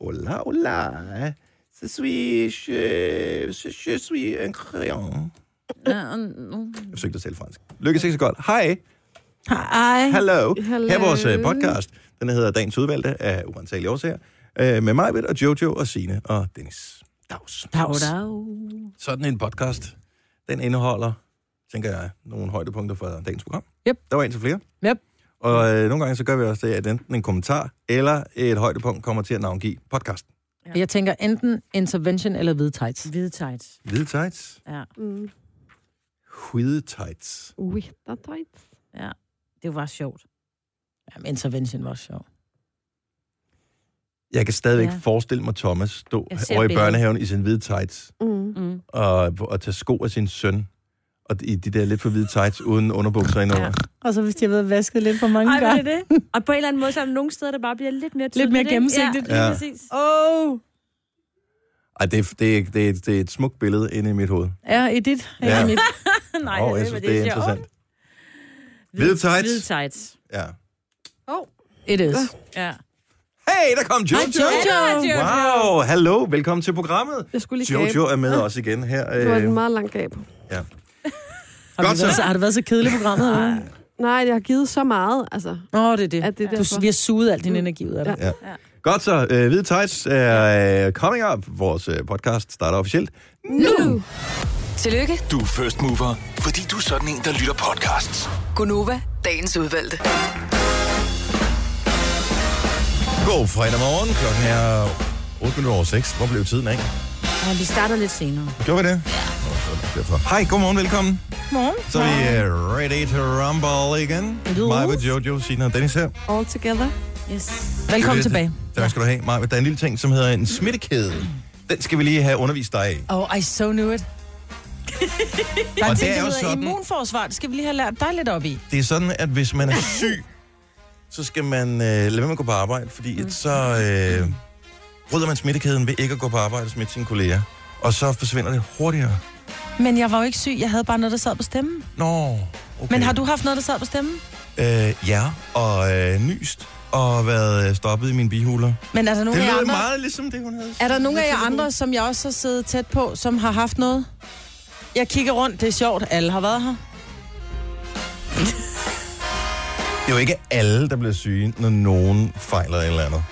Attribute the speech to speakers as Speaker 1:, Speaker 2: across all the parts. Speaker 1: Hola, hola. Je suis, je, je suis un crayon.
Speaker 2: Ja, mm,
Speaker 1: Jeg forsøgte at tale fransk. Lykke ikke så godt. Hej.
Speaker 2: Hej.
Speaker 1: Hallo.
Speaker 2: Hallo.
Speaker 1: Her er vores øh, podcast. Den hedder Dagens Udvalgte af uantagelige årsager. Øh, med mig, og Jojo, og Sine og Dennis. Dags.
Speaker 2: Dag,
Speaker 1: Sådan en podcast. Den indeholder, tænker jeg, nogle højdepunkter fra dagens program.
Speaker 2: Yep.
Speaker 1: Der var en til flere.
Speaker 2: Yep.
Speaker 1: Og øh, nogle gange så gør vi også det, at enten en kommentar eller et højdepunkt kommer til at navngive podcasten.
Speaker 2: Ja.
Speaker 3: Jeg tænker enten intervention eller hvide tights.
Speaker 2: Hvide tights.
Speaker 1: Hvide tights.
Speaker 2: Ja,
Speaker 4: Mm.
Speaker 1: Hvide tights.
Speaker 4: Ui, der er tights.
Speaker 2: ja. Det var sjovt.
Speaker 3: Jamen, intervention var også sjov.
Speaker 1: Jeg kan stadigvæk ja.
Speaker 2: Ja.
Speaker 1: forestille mig Thomas stå
Speaker 2: Jeg ser
Speaker 1: over i
Speaker 2: billedet.
Speaker 1: børnehaven i sin hvide tights
Speaker 4: Mm.
Speaker 2: Mm.
Speaker 1: og, og tage sko af sin søn. Og i de der lidt for hvide tights uden underbukser indover. Ja.
Speaker 2: Ja.
Speaker 3: Og så hvis de har været vasket lidt for mange
Speaker 2: Ej,
Speaker 3: gange.
Speaker 2: men det er det. Og på en eller anden måde, så er der nogle steder, der bare bliver lidt mere tydeligt.
Speaker 3: mere
Speaker 2: ikke?
Speaker 3: gennemsigtigt.
Speaker 2: Ja, lige
Speaker 1: Ja.
Speaker 2: ja. præcis.
Speaker 3: Åh! Oh.
Speaker 1: Ej, det, er- det, er- det, er- det er et smukt billede inde i mit hoved.
Speaker 3: Ja, i dit.
Speaker 1: Ja.
Speaker 3: Ja. I mit.
Speaker 2: Nej,
Speaker 1: Åh,
Speaker 2: ved,
Speaker 1: jeg synes,
Speaker 2: men
Speaker 1: det er
Speaker 2: sjovt.
Speaker 1: interessant. Hvide tights.
Speaker 2: Hvide tights.
Speaker 1: Ja.
Speaker 3: It is.
Speaker 2: Ja.
Speaker 1: Hey, der kom Jojo!
Speaker 2: Jojo!
Speaker 1: Wow, hallo, velkommen til programmet.
Speaker 4: Jeg skulle lige gabe.
Speaker 1: Jojo er med os igen her.
Speaker 4: Det var
Speaker 1: øh,
Speaker 4: en meget lang gab.
Speaker 3: Har,
Speaker 1: Godt
Speaker 3: Godt,
Speaker 1: så.
Speaker 3: det været, så. har det været så kedeligt programmet? eller hvad?
Speaker 4: Nej, jeg har givet så meget, altså.
Speaker 3: Nå, det er det.
Speaker 4: At det er
Speaker 3: Du,
Speaker 4: derfor.
Speaker 3: vi har suget al din energi ud af dig.
Speaker 4: Ja.
Speaker 1: Godt så, øh, Hvide Tights er øh, coming up. Vores øh, podcast starter officielt.
Speaker 4: Nu!
Speaker 5: Tillykke,
Speaker 6: Du er first mover, fordi du er sådan en, der lytter podcasts.
Speaker 5: Gunova, dagens udvalgte.
Speaker 1: God fredag morgen. Klokken er 8 minutter over 6. Hvor blev tiden af?
Speaker 2: Og vi starter lidt senere.
Speaker 1: Gjorde vi det? Nå, så er det nok derfor. Hej, godmorgen, velkommen. Morgen. Så er vi uh, ready to rumble igen. Mig med Jojo, Sina og Dennis her.
Speaker 4: All together.
Speaker 2: Yes.
Speaker 3: Velkommen tilbage.
Speaker 1: Tak skal du have, Maja. Der er en lille ting, som hedder en smittekæde. Den skal vi lige have undervist dig i.
Speaker 3: Oh, I so knew it. Der er
Speaker 1: Og
Speaker 3: en
Speaker 1: det
Speaker 3: ting,
Speaker 1: er
Speaker 3: der
Speaker 1: jo
Speaker 3: hedder
Speaker 1: sådan-
Speaker 3: immunforsvar. Det skal vi lige have lært dig lidt op i.
Speaker 1: Det er sådan, at hvis man er syg, så skal man øh, lade være med at gå på arbejde, fordi mm. så øh, bryder man smittekæden ved ikke at gå på arbejde og smitte sine kolleger. Og så forsvinder det hurtigere.
Speaker 3: Men jeg var jo ikke syg. Jeg havde bare noget, der sad på stemmen.
Speaker 1: Nå, okay.
Speaker 3: Men har du haft noget, der sad på stemmen?
Speaker 1: Øh, ja, og øh, nyst og været øh, stoppet i mine bihuler.
Speaker 3: Men er der nogen
Speaker 1: Det
Speaker 3: af jer
Speaker 1: lyder
Speaker 3: andre?
Speaker 1: meget ligesom det, hun havde.
Speaker 3: Er der nogen af jer andre, som jeg også har siddet tæt på, som har haft noget? Jeg kigger rundt, det er sjovt, alle har været her.
Speaker 1: Det er jo ikke alle, der bliver syge, når nogen fejler et eller andet.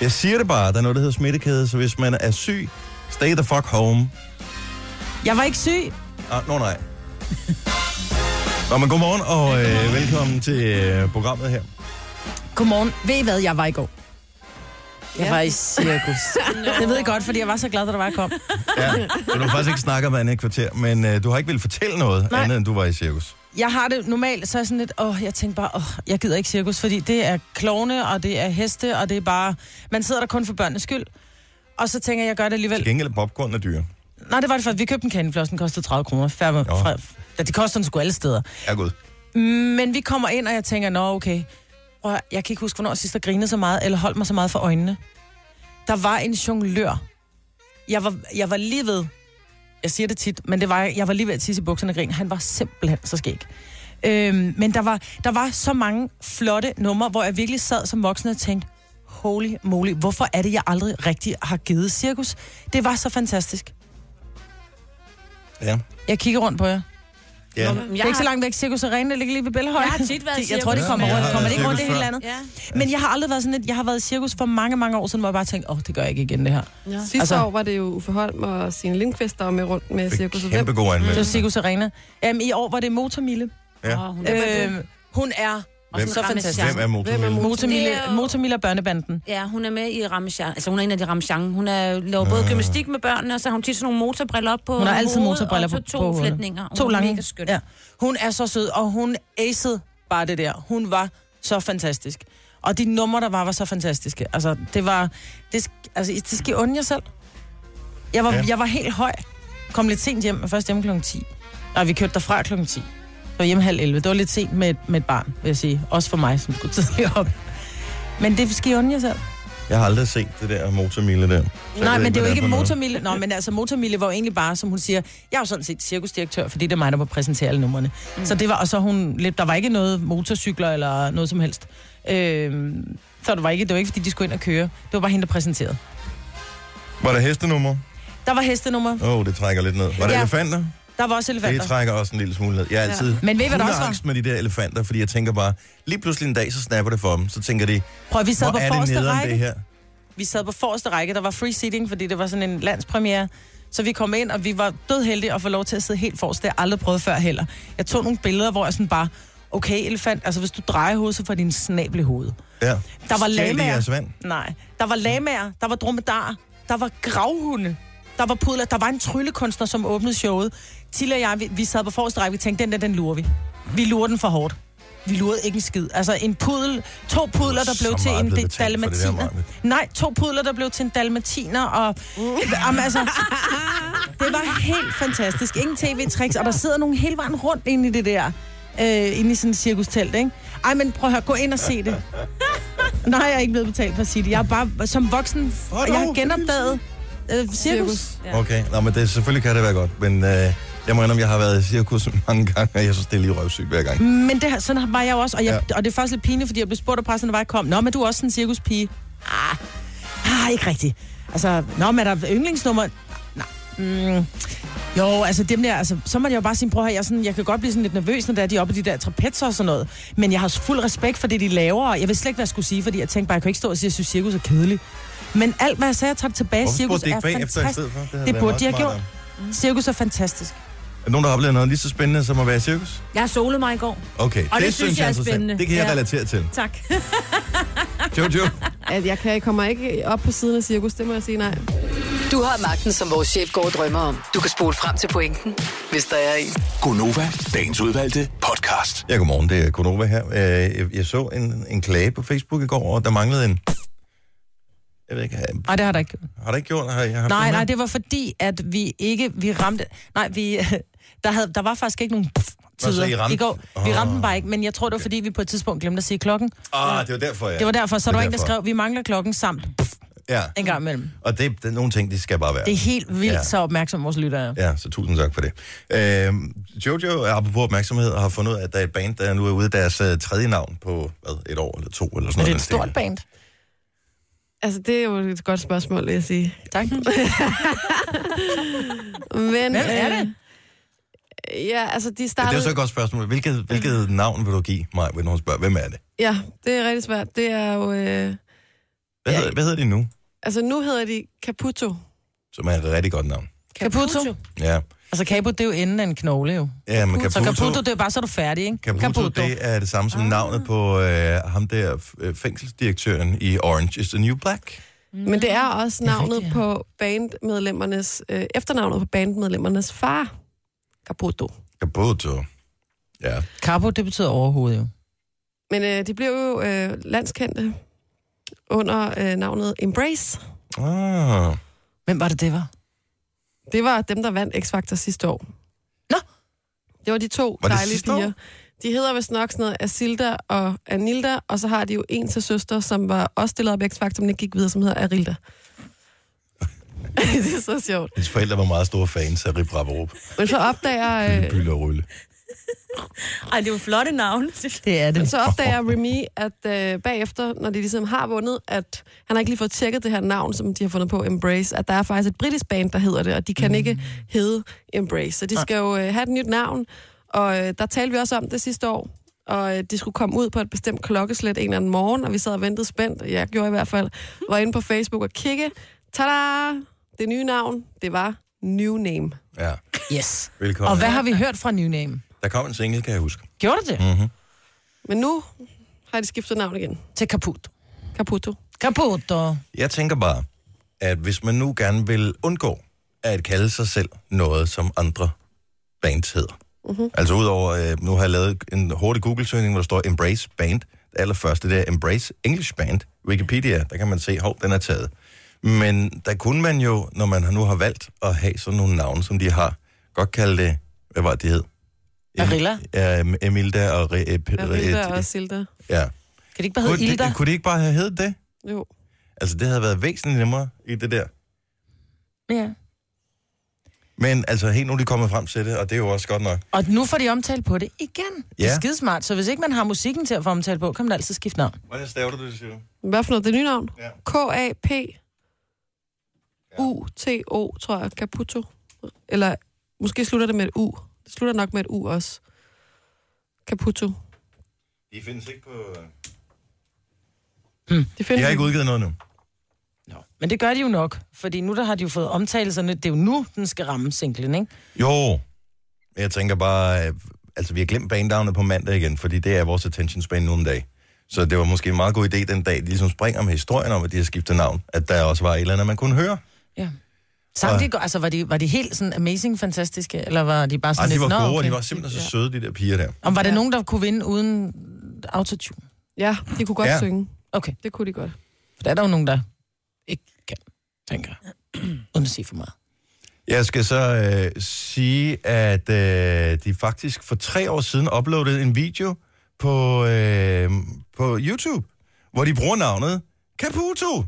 Speaker 1: Jeg siger det bare, der er noget, der hedder smittekæde, så hvis man er syg, stay the fuck home.
Speaker 3: Jeg var ikke syg.
Speaker 1: Ah, nå nej. Nå, men godmorgen og øh, velkommen til øh, programmet her.
Speaker 3: Godmorgen. Ved I hvad, jeg var i går? Jeg var i cirkus. Det ved jeg godt, fordi jeg var så glad, da der var jeg kom.
Speaker 1: Ja, så du har faktisk ikke snakket om andet i et kvarter, men øh, du har ikke ville fortælle noget nej.
Speaker 3: Nej.
Speaker 1: andet, end du var i cirkus.
Speaker 3: Jeg har det normalt, så er jeg sådan lidt, åh, jeg tænker bare, åh, jeg gider ikke cirkus, fordi det er klovne, og det er heste, og det er bare, man sidder der kun for børnenes skyld. Og så tænker jeg, jeg gør det alligevel.
Speaker 1: Til gengæld er popcorn er dyre.
Speaker 3: Nej, det var det for, at vi købte en kandefloss, den kostede 30 kroner. Færre, fra, ja, det koster den sgu alle steder.
Speaker 1: Ja, god.
Speaker 3: Men vi kommer ind, og jeg tænker, nå okay, Prøv, at høre, jeg kan ikke huske, hvornår sidst jeg grinede så meget, eller holdt mig så meget for øjnene. Der var en jonglør. Jeg var, jeg var lige ved, jeg siger det tit, men det var, jeg var lige ved at tisse i bukserne og grine. Han var simpelthen så skæg. Øhm, men der var, der var så mange flotte numre, hvor jeg virkelig sad som voksen og tænkte, holy moly, hvorfor er det, jeg aldrig rigtig har givet cirkus? Det var så fantastisk.
Speaker 1: Ja.
Speaker 3: Jeg kigger rundt på jer.
Speaker 1: ja.
Speaker 2: Nå, men
Speaker 3: Jeg det er ikke så langt væk. Cirkus Arena ligger lige ved Bellehøj.
Speaker 2: Jeg har tit været i
Speaker 3: Det- Jeg tror, det
Speaker 2: cirkus,
Speaker 3: kommer
Speaker 1: men-
Speaker 3: rundt.
Speaker 1: Ja,
Speaker 3: Kommer det
Speaker 1: jeg
Speaker 3: ikke
Speaker 1: har
Speaker 3: rundt det
Speaker 1: cirkus
Speaker 3: hele andet?
Speaker 2: Ja.
Speaker 3: Men jeg har aldrig været sådan et, jeg har været i cirkus for mange, mange år siden, hvor jeg bare tænkte, åh, oh, det gør jeg ikke igen, det her.
Speaker 2: ja.
Speaker 4: Sidste
Speaker 3: Altså-
Speaker 4: altså, år var det jo Uffe Holm og Signe Lindqvist, der var med rundt med Cirkus. og Hvem?
Speaker 1: Kæmpe god
Speaker 3: Det var
Speaker 1: anmeldelse.
Speaker 3: Cirkus Arena. Um, I år var det Motormille.
Speaker 1: Ja.
Speaker 2: Åh, hun er
Speaker 3: Øhm, hun er
Speaker 1: Hvem-
Speaker 3: så fantastisk.
Speaker 1: Hvem er motormælden?
Speaker 3: Motormille,
Speaker 2: Det er jo-
Speaker 3: Motormille og børnebanden.
Speaker 2: Ja, hun er med i Ramachan. Altså, hun er en af de Ramachan. Hun er, laver
Speaker 1: Ah.
Speaker 2: både gymnastik med børnene, og så har hun tit sådan nogle motorbriller op på
Speaker 3: Hun har altid
Speaker 2: hovedet,
Speaker 3: motorbriller
Speaker 2: og
Speaker 3: på,
Speaker 2: så
Speaker 3: på
Speaker 2: to
Speaker 3: hovedet.
Speaker 2: flætninger.
Speaker 3: To
Speaker 2: hun
Speaker 3: lange.
Speaker 2: Er mega skøn.
Speaker 3: Ja. Hun er så sød, og hun acede bare det der. Hun var så fantastisk. Og de numre, der var, var så fantastiske. Altså, det var... Det, sk- altså, det skal I unde jer selv. Jeg var,
Speaker 1: Ja.
Speaker 3: ja. jeg var helt høj. Kom lidt sent hjem, men først hjem kl. 10. Nej, vi kørte derfra kl. 10. Det var hjemme halv 11. Det var lidt sent med et, med et barn, vil jeg sige. Også for mig, som skulle tidligere op. Men det skal I unde jer selv.
Speaker 1: Jeg har aldrig set det der motormille der. Så jeg
Speaker 3: Nej,
Speaker 1: ved
Speaker 3: men det er jo
Speaker 1: hvad
Speaker 3: ikke
Speaker 1: for noget.
Speaker 3: Motormille. Nå, men altså Motormille var jo egentlig bare, som hun siger, jeg er jo sådan set cirkusdirektør, fordi det er mig, der må præsentere alle numrene. Mm. Så det var, og så hun, lidt- der var ikke noget motorcykler eller Øhm, noget som helst. Øh, så det var ikke, det var ikke, fordi de skulle ind og køre. Det var bare hende, der præsenterede.
Speaker 1: Var der hestenummer?
Speaker 3: Der var hestenummer.
Speaker 1: Åh, oh, det trækker lidt ned. Var der
Speaker 3: Ja.
Speaker 1: elefanter?
Speaker 3: Der var også elefanter.
Speaker 1: Det trækker også en lille smule ned. Jeg er altid
Speaker 3: Men ved I, hvad
Speaker 1: fuld
Speaker 3: der
Speaker 1: af
Speaker 3: også var?
Speaker 1: angst med de der elefanter, fordi jeg tænker bare, lige pludselig en dag, så snapper det for dem. Så tænker de,
Speaker 3: Prøv, vi sad
Speaker 1: hvor
Speaker 3: på
Speaker 1: er det
Speaker 3: forreste
Speaker 1: nederen det
Speaker 3: række.
Speaker 1: her?
Speaker 3: Vi sad på forreste række. Der var free seating, fordi det var sådan en landspremiere. Så vi kom ind, og vi var dødheldige at få lov til at sidde helt forrest. Det har jeg aldrig prøvet før heller. Jeg tog nogle billeder, hvor jeg sådan bare... Okay, elefant, altså hvis du drejer hovedet, så får din snabel i hovedet.
Speaker 1: Ja.
Speaker 3: Der var
Speaker 1: Stjæl i
Speaker 3: lamaer.
Speaker 1: jeres vand.
Speaker 3: Nej. Der var lamaer, der var dromedarer, der var gravhunde, der var pudler, der var en tryllekunstner, som åbnede showet. Tille og jeg, vi, vi sad på forreste række, vi tænkte, den der, den lurer vi. Vi lurer den for hårdt. Vi lurede ikke en skid. Altså en pudel, to pudler, der
Speaker 1: Så
Speaker 3: blev til
Speaker 1: meget
Speaker 3: en
Speaker 1: blev
Speaker 3: de-
Speaker 1: betalt for det der,
Speaker 3: dalmatiner.
Speaker 1: Marvitt.
Speaker 3: Nej, to pudler, der blev til en dalmatiner, og... Jamen, altså, det var helt fantastisk. Ingen tv-tricks, og der sidder nogen hele vejen rundt inde i det der, øh, inde i sådan et cirkustelt, ikke? Ej, men prøv at høre, gå ind og se det. Nej, jeg er ikke blevet betalt for at sige det. Jeg er bare som voksen,
Speaker 1: Åh,
Speaker 3: jeg
Speaker 1: dog.
Speaker 3: har genopdaget øh, cirkus.
Speaker 4: Cirkus.
Speaker 1: Okay, Nå, men det, selvfølgelig kan det være godt, men øh, jeg må indrømme, jeg har været i cirkus mange gange, og jeg synes, det er lige røvsygt hver gang.
Speaker 3: Men det, har- sådan var jeg jo også, og, jeg, ja. og det er faktisk lidt pinligt, fordi jeg blev spurgt af pressen, når jeg kom. Nå, men du er også en cirkuspige. Ah, ah ikke rigtigt. Altså, nå, men er der yndlingsnummer? Nej. Mm. Jo, altså dem der, altså, så må jeg jo bare sige, prøv her, jeg, er sådan, jeg kan godt blive sådan lidt nervøs, når det er, de er oppe i de der trapezer og sådan noget. Men jeg har fuld respekt for det, de laver, og jeg ved slet ikke, hvad jeg skulle sige, fordi jeg tænkte bare, jeg kan ikke stå og sige, at jeg synes, cirkus er kedeligt. Men alt, hvad jeg sagde, jeg tager det tilbage.
Speaker 1: Hvorfor
Speaker 3: cirkus
Speaker 1: spurgte de ikke
Speaker 3: er
Speaker 1: bag efter i
Speaker 3: fantastisk.
Speaker 1: stedet for? Det havde
Speaker 3: Det
Speaker 1: været
Speaker 3: burde
Speaker 1: meget
Speaker 3: de have
Speaker 1: smartere.
Speaker 3: gjort. Cirkus er fantastisk.
Speaker 1: Er der nogen, der har oplevet noget lige så spændende, som at være i cirkus?
Speaker 2: Jeg har solet mig i går.
Speaker 1: Okay,
Speaker 2: Og det synes jeg er
Speaker 1: interessant.
Speaker 2: spændende.
Speaker 1: Det kan jeg
Speaker 2: Ja.
Speaker 1: relatere til.
Speaker 2: Tak.
Speaker 1: Jojo,
Speaker 4: At jeg kan, kommer ikke op på siden af cirkus, det må jeg sige nej.
Speaker 5: Du har magten, som vores chef går og drømmer om. Du kan spole frem til pointen, hvis der er en.
Speaker 6: Gonova, dagens udvalgte podcast.
Speaker 1: ja, godmorgen, det er Konova her. Øh, Jeg, jeg så en, en klage på Facebook i går, og der manglede en... Jeg ved ikke, har-
Speaker 3: Nej, det har der ikke.
Speaker 1: har det ikke gjort? Har, jeg har
Speaker 3: Nej, nej, det var fordi, at vi ikke, vi ramte, nej, vi, der, havde, der var faktisk ikke nogen pff
Speaker 1: Nå, så
Speaker 3: tider
Speaker 1: I ramte-
Speaker 3: i går. Vi
Speaker 1: Ah.
Speaker 3: ramte den bare ikke, men jeg tror, det var fordi, vi på et tidspunkt glemte at sige klokken.
Speaker 1: Ah, det var derfor, ja.
Speaker 3: Det var derfor, så
Speaker 1: Det
Speaker 3: der
Speaker 1: er
Speaker 3: var en, der
Speaker 1: derfor.
Speaker 3: skrev, vi mangler klokken samt pff,
Speaker 1: Ja,
Speaker 3: en gang imellem.
Speaker 1: og det, det er nogle ting, de skal bare være.
Speaker 3: Det er helt vildt,
Speaker 1: Ja.
Speaker 3: så opmærksom vores lyttere er.
Speaker 1: Ja, så tusind tak for det. Øh, Jojo, apropos opmærksomhed, har fundet ud af, at der er et band, der nu er ude af deres uh, tredje navn på hvad, et år eller to, eller sådan
Speaker 3: Er
Speaker 1: noget.
Speaker 3: det
Speaker 1: den
Speaker 3: et stort
Speaker 1: stil.
Speaker 3: band?
Speaker 4: Altså, det er jo et godt spørgsmål, vil jeg sige.
Speaker 3: Tak.
Speaker 4: Men,
Speaker 3: Hvem er det?
Speaker 4: Øh, ja, altså, de
Speaker 1: Ja, det
Speaker 4: startede...
Speaker 1: er jo så et godt spørgsmål. Hvilket, hvilket navn vil du give mig, når hun spørger, hvem er det?
Speaker 4: Ja, det er rigtig svært. Det er jo... Øh...
Speaker 1: Hvad,
Speaker 4: Ja.
Speaker 1: hedder, hvad hedder de nu?
Speaker 4: Altså, nu hedder de Caputo.
Speaker 1: Som er et rigtig godt navn.
Speaker 3: Caputo.
Speaker 1: Ja,
Speaker 3: Altså, Caputo, det er jo enden af en knogle, jo.
Speaker 1: ja men
Speaker 3: Så
Speaker 1: Caputo,
Speaker 3: Caputo, det er bare, så er du færdig, ikke?
Speaker 1: Caputo, det er det samme som navnet på øh, ham der øh, fængselsdirektøren i Orange is the New Black.
Speaker 4: Men det er også
Speaker 3: Det er
Speaker 4: navnet
Speaker 3: rigtigt,
Speaker 4: på bandmedlemmernes... Øh, efternavnet på bandmedlemmernes far. Caputo.
Speaker 1: Caputo. Ja.
Speaker 3: Capo, det betyder overhovedet, jo.
Speaker 4: Men øh, de blev jo øh, landskendte under øh, navnet Embrace.
Speaker 1: Ah.
Speaker 3: Hvem var det, det var?
Speaker 4: Det var dem, der vandt X-Factor sidste år.
Speaker 3: Nå.
Speaker 4: Det var de to
Speaker 1: Var det
Speaker 4: dejlige
Speaker 1: sidste år?
Speaker 4: piger. De hedder vist nok sådan noget Asilda og Anilda, og så har de jo en til søster, som var også stillet op i X-Factor, men ikke gik videre, som hedder Arilda. det er så sjovt.
Speaker 1: Hendes forældre var meget store fans af Rip Rap Rup.
Speaker 4: Men så opdager, øh,
Speaker 1: Bylle og Rulle.
Speaker 2: Ej, det er jo flotte navne.
Speaker 3: Det er det.
Speaker 4: så opdager Remy, at øh, bagefter, når de ligesom har vundet, at han har ikke lige fået tjekket det her navn, som de har fundet på, Embrace, at der er faktisk et britisk band, der hedder det, og de kan mm. ikke hedde Embrace. Så de skal jo øh, have et nyt navn, og øh, der talte vi også om det sidste år, og øh, de skulle komme ud på et bestemt klokkeslæt en eller anden morgen, og vi sad og ventede spændt, jeg gjorde i hvert fald, var inde på Facebook og kigge. Tada! Det nye navn, det var New Name.
Speaker 1: Ja,
Speaker 3: Yes.
Speaker 1: velkommen.
Speaker 3: Og hvad har vi hørt fra New Name?
Speaker 1: Der kom en single, kan jeg huske.
Speaker 3: Gjorde du det?
Speaker 4: Men nu har de skiftet navn igen.
Speaker 3: Til Caputo.
Speaker 4: Caputo.
Speaker 3: Caputo.
Speaker 1: Jeg tænker bare, at hvis man nu gerne vil undgå at kalde sig selv noget, som andre bands hedder. Uh-huh. Altså udover, øh, nu har jeg lavet en hurtig Google-søgning, hvor der står Embrace Band. Det allerførste, det er Embrace English Band. Wikipedia, der kan man se, hov, den er taget. Men der kunne man jo, når man nu har valgt at have sådan nogle navne, som de har, godt kalde det, hvad var det, de hed? Em-
Speaker 3: Arilla?
Speaker 1: Ja, Em- Emilda og... Re- Ep-
Speaker 4: Arilda
Speaker 1: Re-
Speaker 4: og Silda.
Speaker 1: ja.
Speaker 3: Kan det ikke bare
Speaker 1: Kunne
Speaker 3: hedde Ilda?
Speaker 1: de, kunne de ikke bare have heddet det?
Speaker 4: Jo.
Speaker 1: Altså, det havde været væsentligt nemmere i det der.
Speaker 3: Ja.
Speaker 1: Men altså, helt nu er de kommet frem til det, og det er jo også godt nok.
Speaker 3: Og nu får de omtale på det igen. Ja. Det
Speaker 1: Ja.
Speaker 3: er skidesmart, så hvis ikke man har musikken til at få omtale på, kan man altid skifte navn.
Speaker 1: Hvordan staver du det, siger
Speaker 4: Hvad for noget? Det nye navn?
Speaker 1: Ja.
Speaker 4: K-A-P. U-T-O, tror jeg, Caputo. Eller måske slutter det med et U. Det slutter nok med et U også. Caputo.
Speaker 1: De findes ikke på... øh,
Speaker 4: Det
Speaker 1: De
Speaker 4: findes
Speaker 1: har ikke udgivet noget nu.
Speaker 3: Men det gør de jo nok, fordi nu der har de jo fået omtalelserne. Det er jo nu, den skal ramme singlen, ikke?
Speaker 1: Jo, jeg tænker bare, øh, altså vi har glemt banedownet på mandag igen, fordi det er vores attention span nu en dag. Så det var måske en meget god idé den dag, de ligesom springer med historien om, at de har skiftet navn, at der også var et eller andet, man kunne høre.
Speaker 3: Ja. Samtidig, altså, var de, var de helt sådan amazing fantastiske, eller var de bare
Speaker 1: Ej,
Speaker 3: sådan
Speaker 1: Altså, de
Speaker 3: lidt,
Speaker 1: var
Speaker 3: "Nå,
Speaker 1: gode, og
Speaker 3: okay."
Speaker 1: de var simpelthen så søde, de der piger der.
Speaker 3: Om var det nogen, der kunne vinde uden autotune?
Speaker 4: Ja, de kunne godt
Speaker 1: Ja.
Speaker 4: ja. synge.
Speaker 3: Okay,
Speaker 4: Det kunne de godt.
Speaker 3: for der er der jo nogen, der ikke kan, tænker jeg. Uden at sige for meget.
Speaker 1: Jeg skal så øh, sige, at øh, de faktisk for tre år siden uploadede en video på, øh, på YouTube, hvor de bruger navnet Caputo.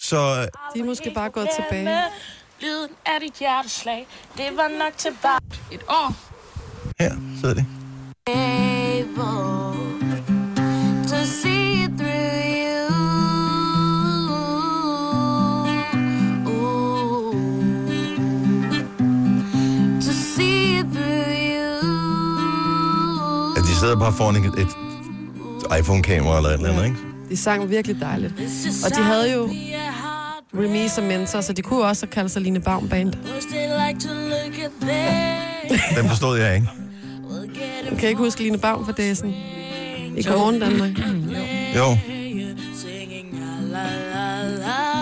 Speaker 1: Så øh,
Speaker 4: De er måske bare gået tilbage.
Speaker 7: Lyden af dit hjerteslag, det var nok til bare et år.
Speaker 1: her sidder det.
Speaker 7: To see it through you. Ooh. To see it through you.
Speaker 1: At de sidder bare foran et, et iPhone-kamera eller et eller andet, ikke?
Speaker 4: De sang virkelig dejligt. Og de havde jo Remy som mentor, så de kunne også have kaldt sig Line Baum Band.
Speaker 1: Den forstod jeg ikke.
Speaker 4: Jeg kan ikke huske Line Baum, for det er sådan... I Godmorgen Danmark.
Speaker 1: Jo,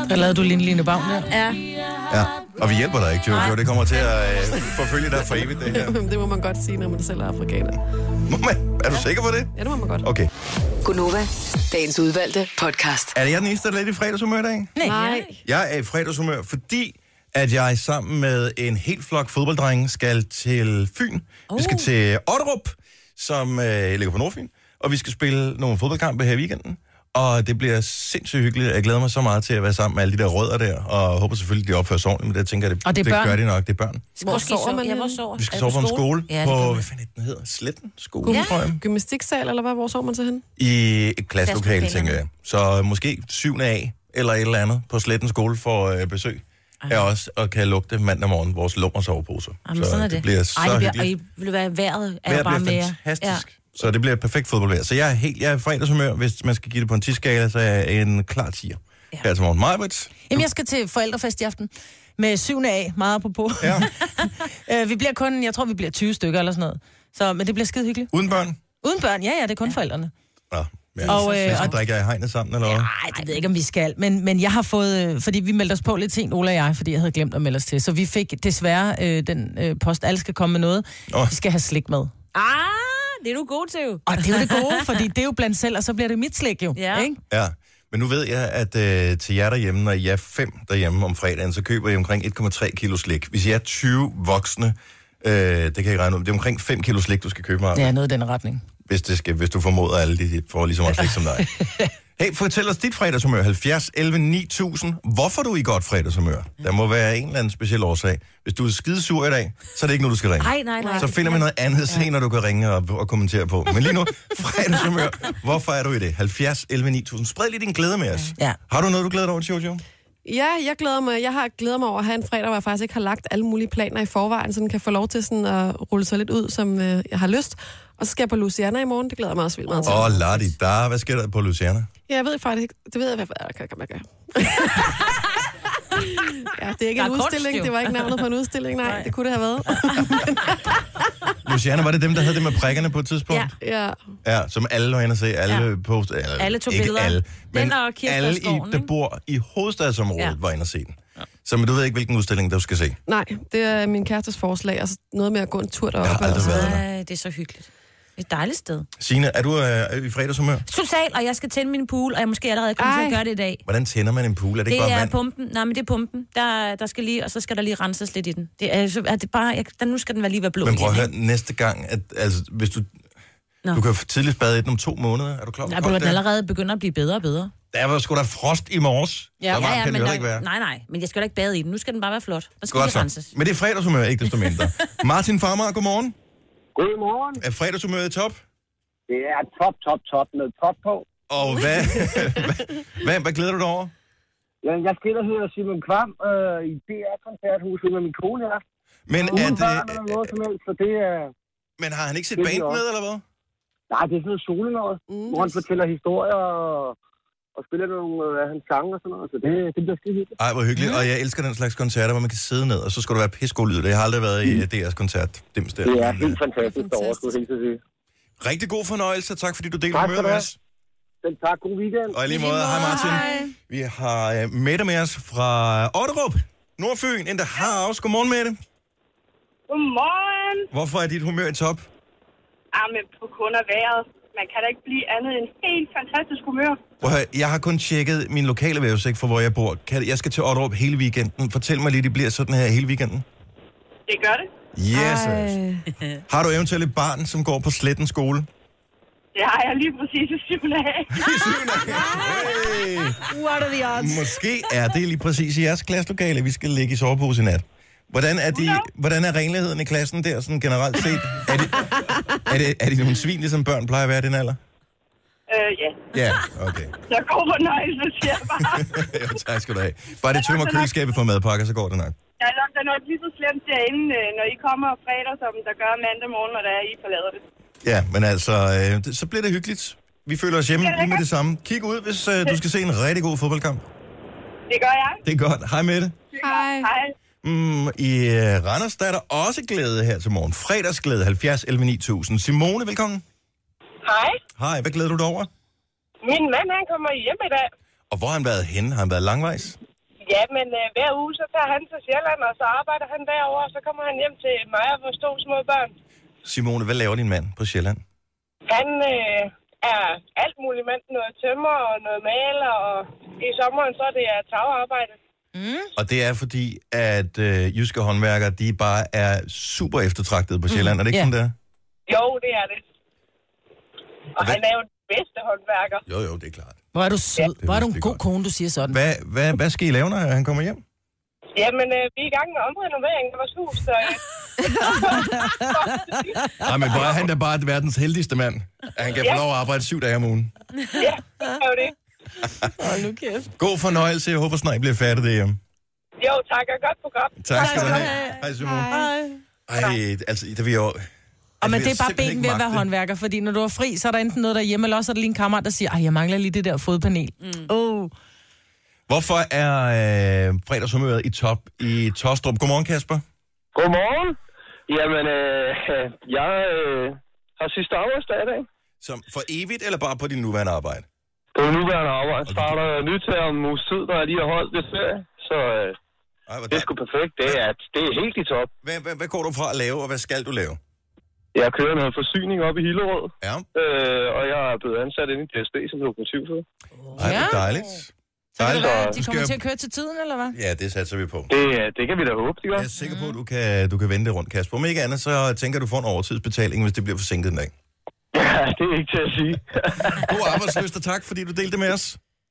Speaker 3: Der lavede du Line Line Baum der.
Speaker 1: ja. Og vi hjælper dig ikke, Jojo. Det kommer til at øh, forfølge dig for evigt, det her.
Speaker 4: det må man godt sige, når man selv er afrikaner.
Speaker 1: Må man- Er du sikker på det?
Speaker 4: Ja, det må man godt.
Speaker 1: Okay.
Speaker 5: Gunova, dagens udvalgte podcast.
Speaker 1: Er det jeg den eneste, der er lidt i fredagshumør i dag?
Speaker 4: Nej.
Speaker 1: Jeg er i fredagshumør, fordi at jeg sammen med en helt flok fodbolddrenge skal til Fyn. Oh. Vi skal til Otterup, som øh, ligger på Nordfyn, og vi skal spille nogle fodboldkampe her i weekenden. Og det bliver sindssygt hyggeligt. Jeg glæder mig så meget til at være sammen med alle de der rødder der, og håber selvfølgelig, at de opfører sig ordentligt, men det tænker jeg, det,
Speaker 3: Og det er
Speaker 1: det
Speaker 3: børn.
Speaker 1: gør de nok. Det er børn.
Speaker 2: Hvor Måske sover man? Ja,
Speaker 4: henne?
Speaker 2: hvor sover?
Speaker 1: Vi skal
Speaker 2: Er
Speaker 1: sove på en skole
Speaker 2: Ja, det
Speaker 1: på,
Speaker 2: gør
Speaker 1: hvad
Speaker 2: man.
Speaker 1: fanden er den hedder? Sletten skole, ja.
Speaker 4: Ja.
Speaker 1: tror jeg.
Speaker 4: Gymnastiksal, eller hvad? Hvor sov man så hen?
Speaker 1: I et klasselokale,
Speaker 2: Klasselokalerne.
Speaker 1: tænker jeg. Så måske 7. A eller et eller andet på Sletten Skole for øh, besøg er også, og kan lugte mandag morgen vores lummersoveposer.
Speaker 2: Jamen,
Speaker 1: så
Speaker 2: sådan er
Speaker 1: det
Speaker 2: det.
Speaker 1: bliver så
Speaker 2: Ej, det bliver,
Speaker 1: hyggeligt.
Speaker 2: og I vil være vejret er jo
Speaker 1: Vejret
Speaker 2: bare
Speaker 1: bliver
Speaker 2: mere.
Speaker 1: fantastisk. Ja. Så det bliver et perfekt fodboldvejr. Så jeg er helt, jeg er fredagshumør. Hvis man skal give det på en 10-skala, så er jeg en klar 10'er. Ja. Her til morgen. Majbrits.
Speaker 3: Jamen, jeg skal til forældrefest i aften med 7. A, meget apropos.
Speaker 1: Ja.
Speaker 3: Øh, vi bliver kun, jeg tror, vi bliver 20 stykker eller sådan noget. Så, men det bliver skide hyggeligt.
Speaker 1: Uden børn.
Speaker 3: Uden børn, ja, ja, det er kun ja. forældrene.
Speaker 1: Nå, men
Speaker 3: Og,
Speaker 1: og,
Speaker 3: øh,
Speaker 1: øh, så
Speaker 3: og-
Speaker 1: drikker jeg i hegnet sammen, eller hvad?
Speaker 3: Nej, det ved jeg ikke, om vi skal. Men, men jeg har fået, øh, fordi vi meldte os på lidt sent, Ola og jeg, fordi jeg havde glemt at melde os til. Så vi fik desværre øh, den øh, post, alle skal komme med noget.
Speaker 1: Åh.
Speaker 3: Oh. Vi skal have slik med.
Speaker 2: Ah, det er du god til jo.
Speaker 3: Og det er jo det gode, fordi det er jo blandt selv, og så bliver det mit slik jo.
Speaker 2: Ja.
Speaker 3: Ikke?
Speaker 1: Ja, men nu ved jeg, at øh, til jer derhjemme, når I er fem derhjemme om fredagen, så køber I omkring 1,3 kilo slik. Hvis I er 20 voksne, øh, det kan jeg ikke regne ud, men det er omkring 5 kilo slik, du skal købe, Mark, ja.
Speaker 3: Ja, noget i den retning.
Speaker 1: hvis, det skal, hvis du formoder, at alle de får lige så meget slik som dig. Hey, fortæl os dit fredagshumør, 70 11 9000. Hvorfor er du i godt fredagshumør? Der må være en eller anden speciel årsag. Hvis du er skidesur i dag, så er det ikke nu, du skal ringe.
Speaker 2: Nej, nej, nej.
Speaker 1: Så finder man noget andet senere, du kan ringe og, og kommentere på. Men lige nu, fredagshumør. Hvorfor er du i det? 70 11 9000. Spred lige din glæde med os.
Speaker 3: Ja.
Speaker 1: Har du noget, du glæder dig over, Jojo?
Speaker 4: Ja, jeg glæder mig. Jeg har glæder mig over at have en fredag, hvor jeg faktisk ikke har lagt alle mulige planer i forvejen, så den kan få lov til sådan at rulle sig lidt ud, som øh, jeg har lyst. Og så skal jeg på Luciana i morgen. Det glæder jeg mig også vildt meget til.
Speaker 1: Åh, oh, Lardi, da. Hvad sker der på Luciana?
Speaker 4: Ja, jeg ved faktisk ikke. Det ved jeg, hvad jeg kan, kan man gøre. ja, det er ikke
Speaker 3: Der
Speaker 4: en
Speaker 3: er kunst,
Speaker 4: udstilling.
Speaker 3: jo.
Speaker 4: det var ikke navnet på en udstilling. Nej, det kunne det have været.
Speaker 1: Luciana, var det dem, der havde det med prikkerne på et tidspunkt?
Speaker 2: Ja.
Speaker 4: ja.
Speaker 1: Ja, som alle var inde og se. Alle, ja.
Speaker 2: Ja.
Speaker 1: post, eller,
Speaker 2: Alle tog
Speaker 1: ikke
Speaker 2: billeder.
Speaker 1: Alle, men
Speaker 2: Den og Kirsten
Speaker 1: alle,
Speaker 2: og skoven,
Speaker 1: i, der
Speaker 2: ikke?
Speaker 1: bor i hovedstadsområdet, ja.
Speaker 2: Ja.
Speaker 1: var inde og se den. Ja. Så men du ved ikke, hvilken udstilling du skal se.
Speaker 4: Nej, det er min kærestes forslag. Altså noget med at gå en tur deroppe.
Speaker 1: Jeg har aldrig været der.
Speaker 2: Ej, det er så hyggeligt. Et dejligt sted.
Speaker 1: Signe, er du øh, i fredagshumør?
Speaker 2: Total, og jeg skal tænde min pool, og jeg er måske allerede kommet til at
Speaker 4: Ej.
Speaker 2: gøre det i dag.
Speaker 1: Hvordan tænder man en pool? Er det,
Speaker 2: Det
Speaker 1: ikke bare
Speaker 2: er
Speaker 1: vand?
Speaker 2: pumpen. Nej, men det er pumpen. Der, der skal lige, og så skal der lige renses lidt i den. Det er, så er det bare, jeg, der, nu skal den være lige være blå
Speaker 1: Men prøv at
Speaker 2: igen,
Speaker 1: høre,
Speaker 2: ikke?
Speaker 1: næste gang, at, altså, hvis du... Nå.
Speaker 2: Nå.
Speaker 1: Du kan jo tidligst bade i den om to måneder. Er du klar?
Speaker 2: Nej,
Speaker 1: Kom
Speaker 2: men den
Speaker 1: der.
Speaker 2: allerede begynder at blive bedre og bedre.
Speaker 1: Der var sgu da frost i morges. Ja, så varmt ja, ja, kan det jo heller
Speaker 2: men der,
Speaker 1: ikke være.
Speaker 2: nej, nej, men jeg skal da ikke bade i den. Nu skal den bare være flot. Der skal
Speaker 1: Godt
Speaker 2: lige
Speaker 1: så.
Speaker 2: renses.
Speaker 1: Men det er fredagshumør, ikke desto mindre. Martin Farmer, godmorgen.
Speaker 8: Godmorgen.
Speaker 1: Er fredagshumøret i top?
Speaker 8: Det er top, top, top med top på.
Speaker 1: Og hvad, hvad, hvad, hvad glæder du dig over?
Speaker 8: Jeg, jeg skal ind og høre Simon Kvam øh, i DR-koncerthuset med min kone her.
Speaker 1: Men, er
Speaker 8: Uden
Speaker 1: det,
Speaker 8: børn eller noget som helst, så det er...
Speaker 1: men har han ikke sit
Speaker 8: Det er
Speaker 1: band
Speaker 8: vi også.
Speaker 1: med, eller hvad?
Speaker 8: Nej, det er sådan noget solenoget, mm, hvor han fortæller historier og, og spiller nogle øh, af hans sange og sådan noget. Så det, det bliver skide hyggeligt.
Speaker 1: Ej, hvor hyggeligt. Og jeg elsker den slags koncerter, hvor man kan sidde ned, og så skal du være pissegod lyd. Jeg har aldrig været i DR's koncert. Dims der.
Speaker 8: Det er
Speaker 1: Men,
Speaker 8: Mm. helt fantastisk
Speaker 4: Fantastisk.
Speaker 8: derovre, skulle jeg hilse at sige.
Speaker 1: øh, Rigtig god fornøjelse, og tak fordi du delte
Speaker 8: Tak
Speaker 1: med
Speaker 8: skal du have.
Speaker 1: os.
Speaker 8: Den tak. God weekend.
Speaker 1: Og i lige måde, hej Martin. Vi har øh, Mette med os fra Otterup, Nordfyn, in the house. Godmorgen, Mette.
Speaker 9: Godmorgen!
Speaker 1: Hvorfor er dit humør i top?
Speaker 9: Ah, men på grund af vejret. Man kan da ikke blive andet end helt fantastisk humør.
Speaker 1: Prøv at høre, Jeg har kun tjekket min lokale vejrudsigt for, hvor jeg bor. Kan- Jeg skal til Otterup hele weekenden. Fortæl mig lige, det bliver sådan her hele weekenden.
Speaker 9: Det gør det.
Speaker 1: Yes. altså.
Speaker 4: Øh,
Speaker 1: Har du eventuelt et barn, som går på Sletten skole?
Speaker 9: Det har jeg lige præcis i syvende af.
Speaker 1: hey.
Speaker 3: What are the odds?
Speaker 1: Måske er det lige præcis i jeres klasselokale, vi skal ligge i sovepose i nat. Hvordan er, de, hvordan er renligheden i klassen der, sådan generelt set? Er de, er de, er de nogle svin, ligesom børn plejer at være i den alder?
Speaker 9: øh, ja,
Speaker 1: Ja, okay.
Speaker 9: så god fornøjelse, siger jeg bare.
Speaker 1: jo, tak skal du have. Bare det tømmer køleskabet for madpakker, så går det nok.
Speaker 9: Der er nok der er noget lige så slemt derinde, øh, når I kommer fredag, som der gør mandag morgen, når der er I forlader det.
Speaker 1: Ja, men altså, øh, det- så bliver det hyggeligt. Vi føler os hjemme lige med det samme. Kig ud, hvis øh, du skal se en rigtig god fodboldkamp.
Speaker 9: Det gør jeg.
Speaker 1: Det er godt. Hej med det.
Speaker 4: hej.
Speaker 9: Hej.
Speaker 1: Mm, I øh, Randers, der er der også glæde her til morgen. Fredagsglæde 70 11 9000. Simone, velkommen.
Speaker 9: Hej.
Speaker 1: Hej, hvad glæder du dig over?
Speaker 9: Min mand, han kommer hjem i dag.
Speaker 1: Og hvor har han været henne? Har han været langvejs?
Speaker 9: Ja, men øh, hver uge, så tager han til Sjælland, og så arbejder han derovre, og så kommer han hjem til mig og vores to små børn.
Speaker 1: Simone, hvad laver din mand på Sjælland?
Speaker 9: Han øh, er alt muligt mand. Noget tømmer og noget maler, og i sommeren så er det er tagarbejde.
Speaker 1: Og det er fordi, at øh, jyske håndværkere, de bare er super eftertragtede på Sjælland. Mm, er det ikke
Speaker 3: ja.
Speaker 1: sådan, der?
Speaker 9: Jo, det er det. Og
Speaker 1: Hvad-
Speaker 9: han er jo den bedste håndværker.
Speaker 1: Jo, jo, det er klart.
Speaker 3: Hvor er du sød. Hvor er du
Speaker 1: Det
Speaker 3: en
Speaker 1: er
Speaker 3: god
Speaker 1: godt.
Speaker 3: kone, du siger sådan.
Speaker 1: Hvad, hvad, hvad skal I lave, når han kommer hjem?
Speaker 9: Jamen, øh, vi er i gang med omrenoveringen af vores hus, så øh,
Speaker 1: Nej, men hvor er han da bare verdens heldigste mand? At han kan få lov at arbejde syv dage om ugen.
Speaker 9: det er jo det.
Speaker 1: God fornøjelse. Jeg håber snart, I bliver færdige derhjemme.
Speaker 9: Jo, tak. Og godt program.
Speaker 1: Tak skal du have. Hej, Simone. Hej. Ej, altså, det vil jeg jo...
Speaker 3: Og men
Speaker 1: vil
Speaker 3: det er
Speaker 1: jeg Altså,
Speaker 3: bare
Speaker 1: simpelthen
Speaker 3: benen
Speaker 1: ikke
Speaker 3: ved at være
Speaker 1: magte.
Speaker 3: håndværker, fordi når du er fri, så er der enten noget derhjemme, eller også er der lige en kammerat, der siger, at jeg mangler lige det der fodpanel. Mm. Oh.
Speaker 1: Hvorfor er øh, fredagshumøret i top i Tostrup? Godmorgen, Kasper.
Speaker 8: Godmorgen. Jamen, øh, jeg øh, har sidste arbejdsdag i dag.
Speaker 1: Som for evigt, eller bare på din nuværende arbejde?
Speaker 8: Det er nuværende arbejde. Starter nyt her om en uges tid, når jeg lige har holdt lidt ferie. Så øh,
Speaker 1: Ej, hvad,
Speaker 8: det er sgu perfekt. Det er, det er helt i top.
Speaker 1: hvad, hvad, hvad går du fra at lave, og hvad skal du lave?
Speaker 8: Jeg kører noget forsyning op i Hillerød,
Speaker 1: Ja,
Speaker 8: øh, og jeg er blevet ansat inde i DSB som lokomotivfører.
Speaker 1: Ej,
Speaker 3: Ja.
Speaker 1: hvor dejligt.
Speaker 3: Så kan det
Speaker 1: Dejligt.
Speaker 3: være, at de
Speaker 1: Du skal-
Speaker 3: kommer til at køre til tiden, eller hvad?
Speaker 1: Ja, det satser vi på.
Speaker 8: Det, øh, det kan vi da håbe, de gør.
Speaker 1: Jeg er sikker på, at du kan, du kan vende det rundt, Kasper. Om ikke andet, så tænker du får en overtidsbetaling, hvis det bliver forsinket en dag.
Speaker 8: Ja, det er ikke til at sige.
Speaker 1: God arbejdsløst, og tak, fordi du delte det med os.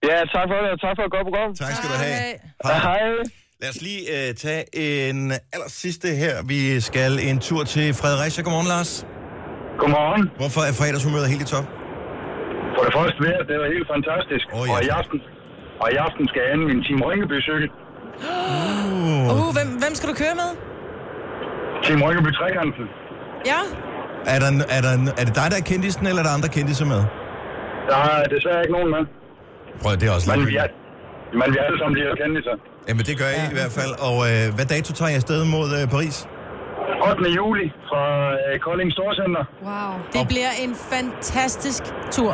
Speaker 8: ja, tak for det, og tak for et godt program.
Speaker 1: Tak skal du have.
Speaker 8: Hej.
Speaker 1: Hej.
Speaker 8: Hej.
Speaker 1: Lad os lige øh, tage en aller sidste her. Vi skal en tur til Fredericia. Godmorgen, Lars.
Speaker 8: Godmorgen.
Speaker 1: Hvorfor er fredagshumøret helt i top?
Speaker 8: For det første vejr, det var helt fantastisk.
Speaker 1: Åh, ja,
Speaker 8: og, i
Speaker 1: tak.
Speaker 8: aften, og i aften skal jeg ande min Team Ringeby-cykel.
Speaker 3: Uh, hvem, hvem skal du køre med?
Speaker 8: Team Ringeby trekanten.
Speaker 3: Ja?
Speaker 1: Er, der, er, der, er det dig, der er kendisen, eller er der andre kendiser med?
Speaker 8: Der er desværre ikke nogen med.
Speaker 1: Prøv, det er også
Speaker 8: Men vi
Speaker 1: lidt.
Speaker 8: er, men vi er alle sammen lige at kende sig.
Speaker 1: Jamen, det gør jeg i hvert fald. Og øh, hvad dato tager jeg afsted mod øh, Paris?
Speaker 8: 8. juli fra øh, Kolding Storcenter.
Speaker 4: Wow.
Speaker 3: Det bliver en fantastisk tur.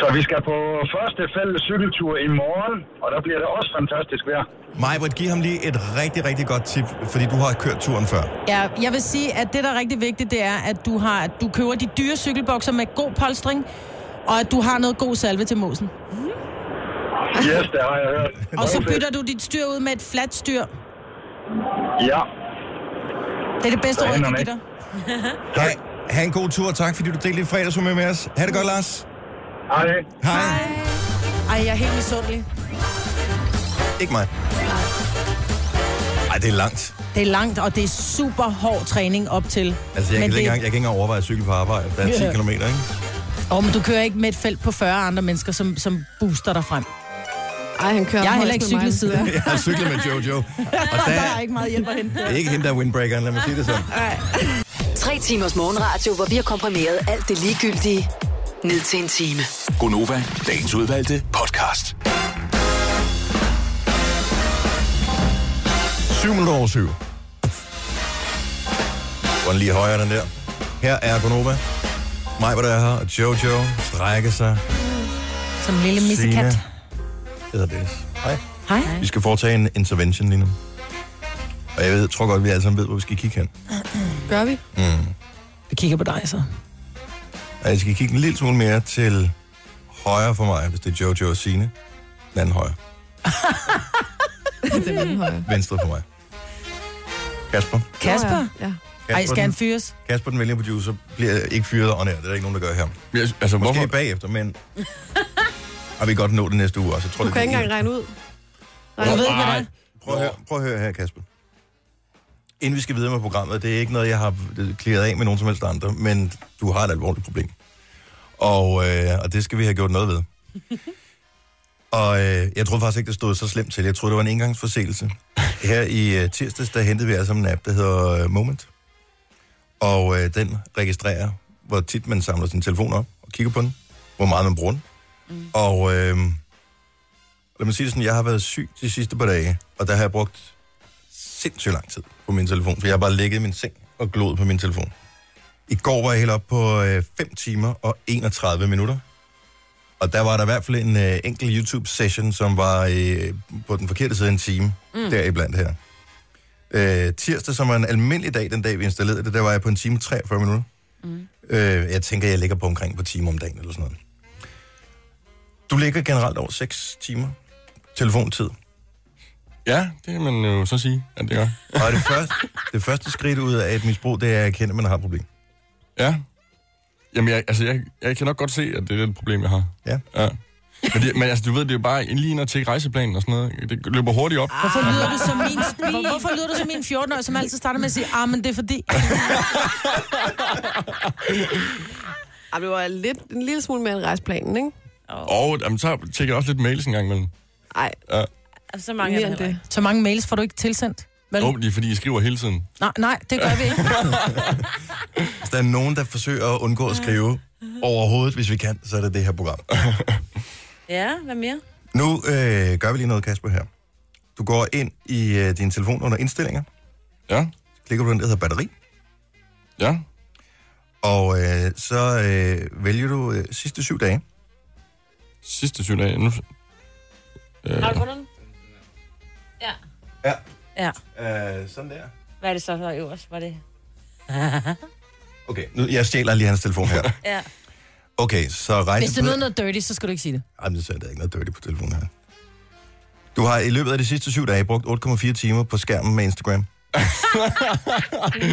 Speaker 8: Så vi skal på første fælles cykeltur i morgen, og der bliver det også fantastisk vejr.
Speaker 1: Maja, vil give ham lige et rigtig, rigtig godt tip, fordi du har kørt turen før.
Speaker 3: Ja, jeg vil sige, at det, der er rigtig vigtigt, det er, at du, har, at du køber de dyre cykelbokser med god polstring, og at du har noget god salve til mosen.
Speaker 8: Yes, det har jeg hørt.
Speaker 3: Og så bytter du dit styr ud med et fladt styr.
Speaker 8: Ja,
Speaker 3: Det er det bedste
Speaker 8: Der
Speaker 3: råd, jeg
Speaker 8: hænder
Speaker 3: kan
Speaker 8: man
Speaker 3: give dig.
Speaker 1: Tak. Ha, ha en god tur, og tak fordi du delte dit fredagshumør med os. Ha' det godt, Lars.
Speaker 8: hej.
Speaker 1: Hej.
Speaker 3: Ej, jeg er helt misundelig.
Speaker 1: Ikke mig. Ej, det er langt.
Speaker 3: Det er langt, og det er super hård træning op til.
Speaker 1: Altså, jeg, kan, det...
Speaker 3: det...
Speaker 1: ikke engang, jeg kan ikke engang overveje at cykle på arbejde. Der er 10
Speaker 3: Ja.
Speaker 1: km, ikke?
Speaker 3: Og men du kører ikke med et felt på 40 andre mennesker, som, som booster dig frem.
Speaker 4: Ej, han kører
Speaker 3: Jeg har
Speaker 4: højst
Speaker 3: heller ikke
Speaker 4: med mig.
Speaker 3: cyklet siden.
Speaker 1: Jeg har cyklet med Jojo. Og der,
Speaker 3: Der er ikke meget hjælp at hente.
Speaker 1: det er ikke hende, der er windbreakeren, lad mig sige det sådan.
Speaker 5: Tre timers morgenradio, hvor vi har komprimeret alt det ligegyldige ned til en time.
Speaker 6: Gonova, dagens udvalgte podcast.
Speaker 1: 7 minutter over 7. Hvordan lige højere den der. Her er Gonova. Mig, hvor der er her, og Jojo strækker sig.
Speaker 3: Som en lille missekat.
Speaker 1: Signe. Jeg hedder Dennis. Hej.
Speaker 3: Hej.
Speaker 1: Vi skal foretage en intervention lige nu. Og jeg ved, tror godt, vi alle sammen ved, hvor vi skal kigge hen.
Speaker 4: Gør vi?
Speaker 3: Vi kigger på dig så.
Speaker 1: Og jeg skal kigge en lille smule mere til højre for mig, hvis det er Jojo og Signe. Den anden højre.
Speaker 4: Det er den højre.
Speaker 1: Venstre for mig. Kasper.
Speaker 3: Kasper?
Speaker 4: Ja.
Speaker 1: Kasper,
Speaker 3: Ej, skal han
Speaker 1: den,
Speaker 3: fyres?
Speaker 1: Kasper, den vælger producer, bliver ikke fyret og det er der ikke nogen, der gør her. Måske
Speaker 10: Altså, hvorfor?
Speaker 1: bagefter, men... Og vi kan godt nå det næste uge også. Jeg tror,
Speaker 4: Du
Speaker 1: det
Speaker 4: kan
Speaker 1: er
Speaker 4: ikke engang regne ud. Nej,
Speaker 3: Du ved ikke, hvad det er.
Speaker 1: Prøv at, høre, prøv at høre her, Kasper. Inden vi skal videre med programmet, det er ikke noget, jeg har øh, klaret af med nogen som helst andre, men du har et alvorligt problem. Og, øh, og det skal vi have gjort noget ved. og øh, jeg troede faktisk ikke, det stod så slemt til. Jeg troede, det var en engangsforseelse. Her i øh, tirsdags, der hentede vi altså en app, der hedder øh, Moment. Og øh, den registrerer, hvor tit man samler sin telefon op og kigger på den, hvor meget man bruger den. Mm. Og... Øh, lad mig sige det sådan, jeg har været syg de sidste par dage, og der har jeg brugt sindssygt lang tid på min telefon, for jeg har bare ligget i min seng og glået på min telefon. I går var jeg helt oppe på øh, 5 timer og 31 minutter. Og der var der i hvert fald en øh, enkelt YouTube-session, som var øh, på den forkerte side af en time, mm. deriblandt her. Øh, tirsdag, som var en almindelig dag, den dag vi installerede det, der var jeg på en time og 43 minutter. Mm. Øh, jeg tænker, jeg ligger på omkring på time om dagen eller sådan noget. Du ligger generelt over 6 timer telefontid.
Speaker 10: Ja, det kan man jo så sige, at det gør.
Speaker 1: Og det første, det første skridt ud af et misbrug, det er at erkende, at man har et problem.
Speaker 10: Ja. Jamen, jeg, altså, jeg, jeg kan nok godt se, at det er det problem, jeg har.
Speaker 1: Ja.
Speaker 10: ja. Men, det, men altså, du ved, det er jo bare en ligner til rejseplanen og sådan noget. Det løber hurtigt op.
Speaker 3: Hvorfor lyder du som min, hvor- hvorfor lyder du som min 14-årig, som altid starter med at sige, ah, men det er fordi...
Speaker 4: Ej, det var lidt, en lille smule mere end rejseplanen, ikke?
Speaker 10: Og jamen, så tjekker jeg også lidt mails en gang imellem.
Speaker 4: Ej,
Speaker 2: Så mange
Speaker 4: mere
Speaker 2: er
Speaker 4: end
Speaker 2: det.
Speaker 4: det.
Speaker 3: Så mange mails får du ikke tilsendt. Vel?
Speaker 10: Åbenlig, fordi I skriver hele tiden.
Speaker 3: Nej, nej, det gør vi ikke.
Speaker 1: Hvis der er nogen, der forsøger at undgå at skrive overhovedet, hvis vi kan, så er det det her program.
Speaker 2: Ja, hvad mere?
Speaker 1: Nu øh, gør vi lige noget, Kasper, her. Du går ind i øh, din telefon under indstillinger,
Speaker 10: Ja,
Speaker 1: klikker på den, der hedder batteri,
Speaker 10: ja.
Speaker 1: og øh, så øh, vælger du øh, sidste syv dage.
Speaker 10: Sidste syv dage. Nu,
Speaker 2: Har du fundet den? Ja.
Speaker 1: Øh. Ja.
Speaker 2: Ja.
Speaker 1: Øh, sådan der.
Speaker 2: Hvad er det så, der er øverst? Var det?
Speaker 1: Okay, nu, jeg stjæler lige hans telefon her.
Speaker 2: Ja.
Speaker 1: Okay, så
Speaker 3: Hvis det er
Speaker 1: rejseplanen...
Speaker 3: noget, noget dirty, så skal du ikke sige det.
Speaker 1: Ej, men så er der ikke noget dirty på telefonen her. Du har i løbet af de sidste syv dage brugt 8,4 timer på skærmen med Instagram.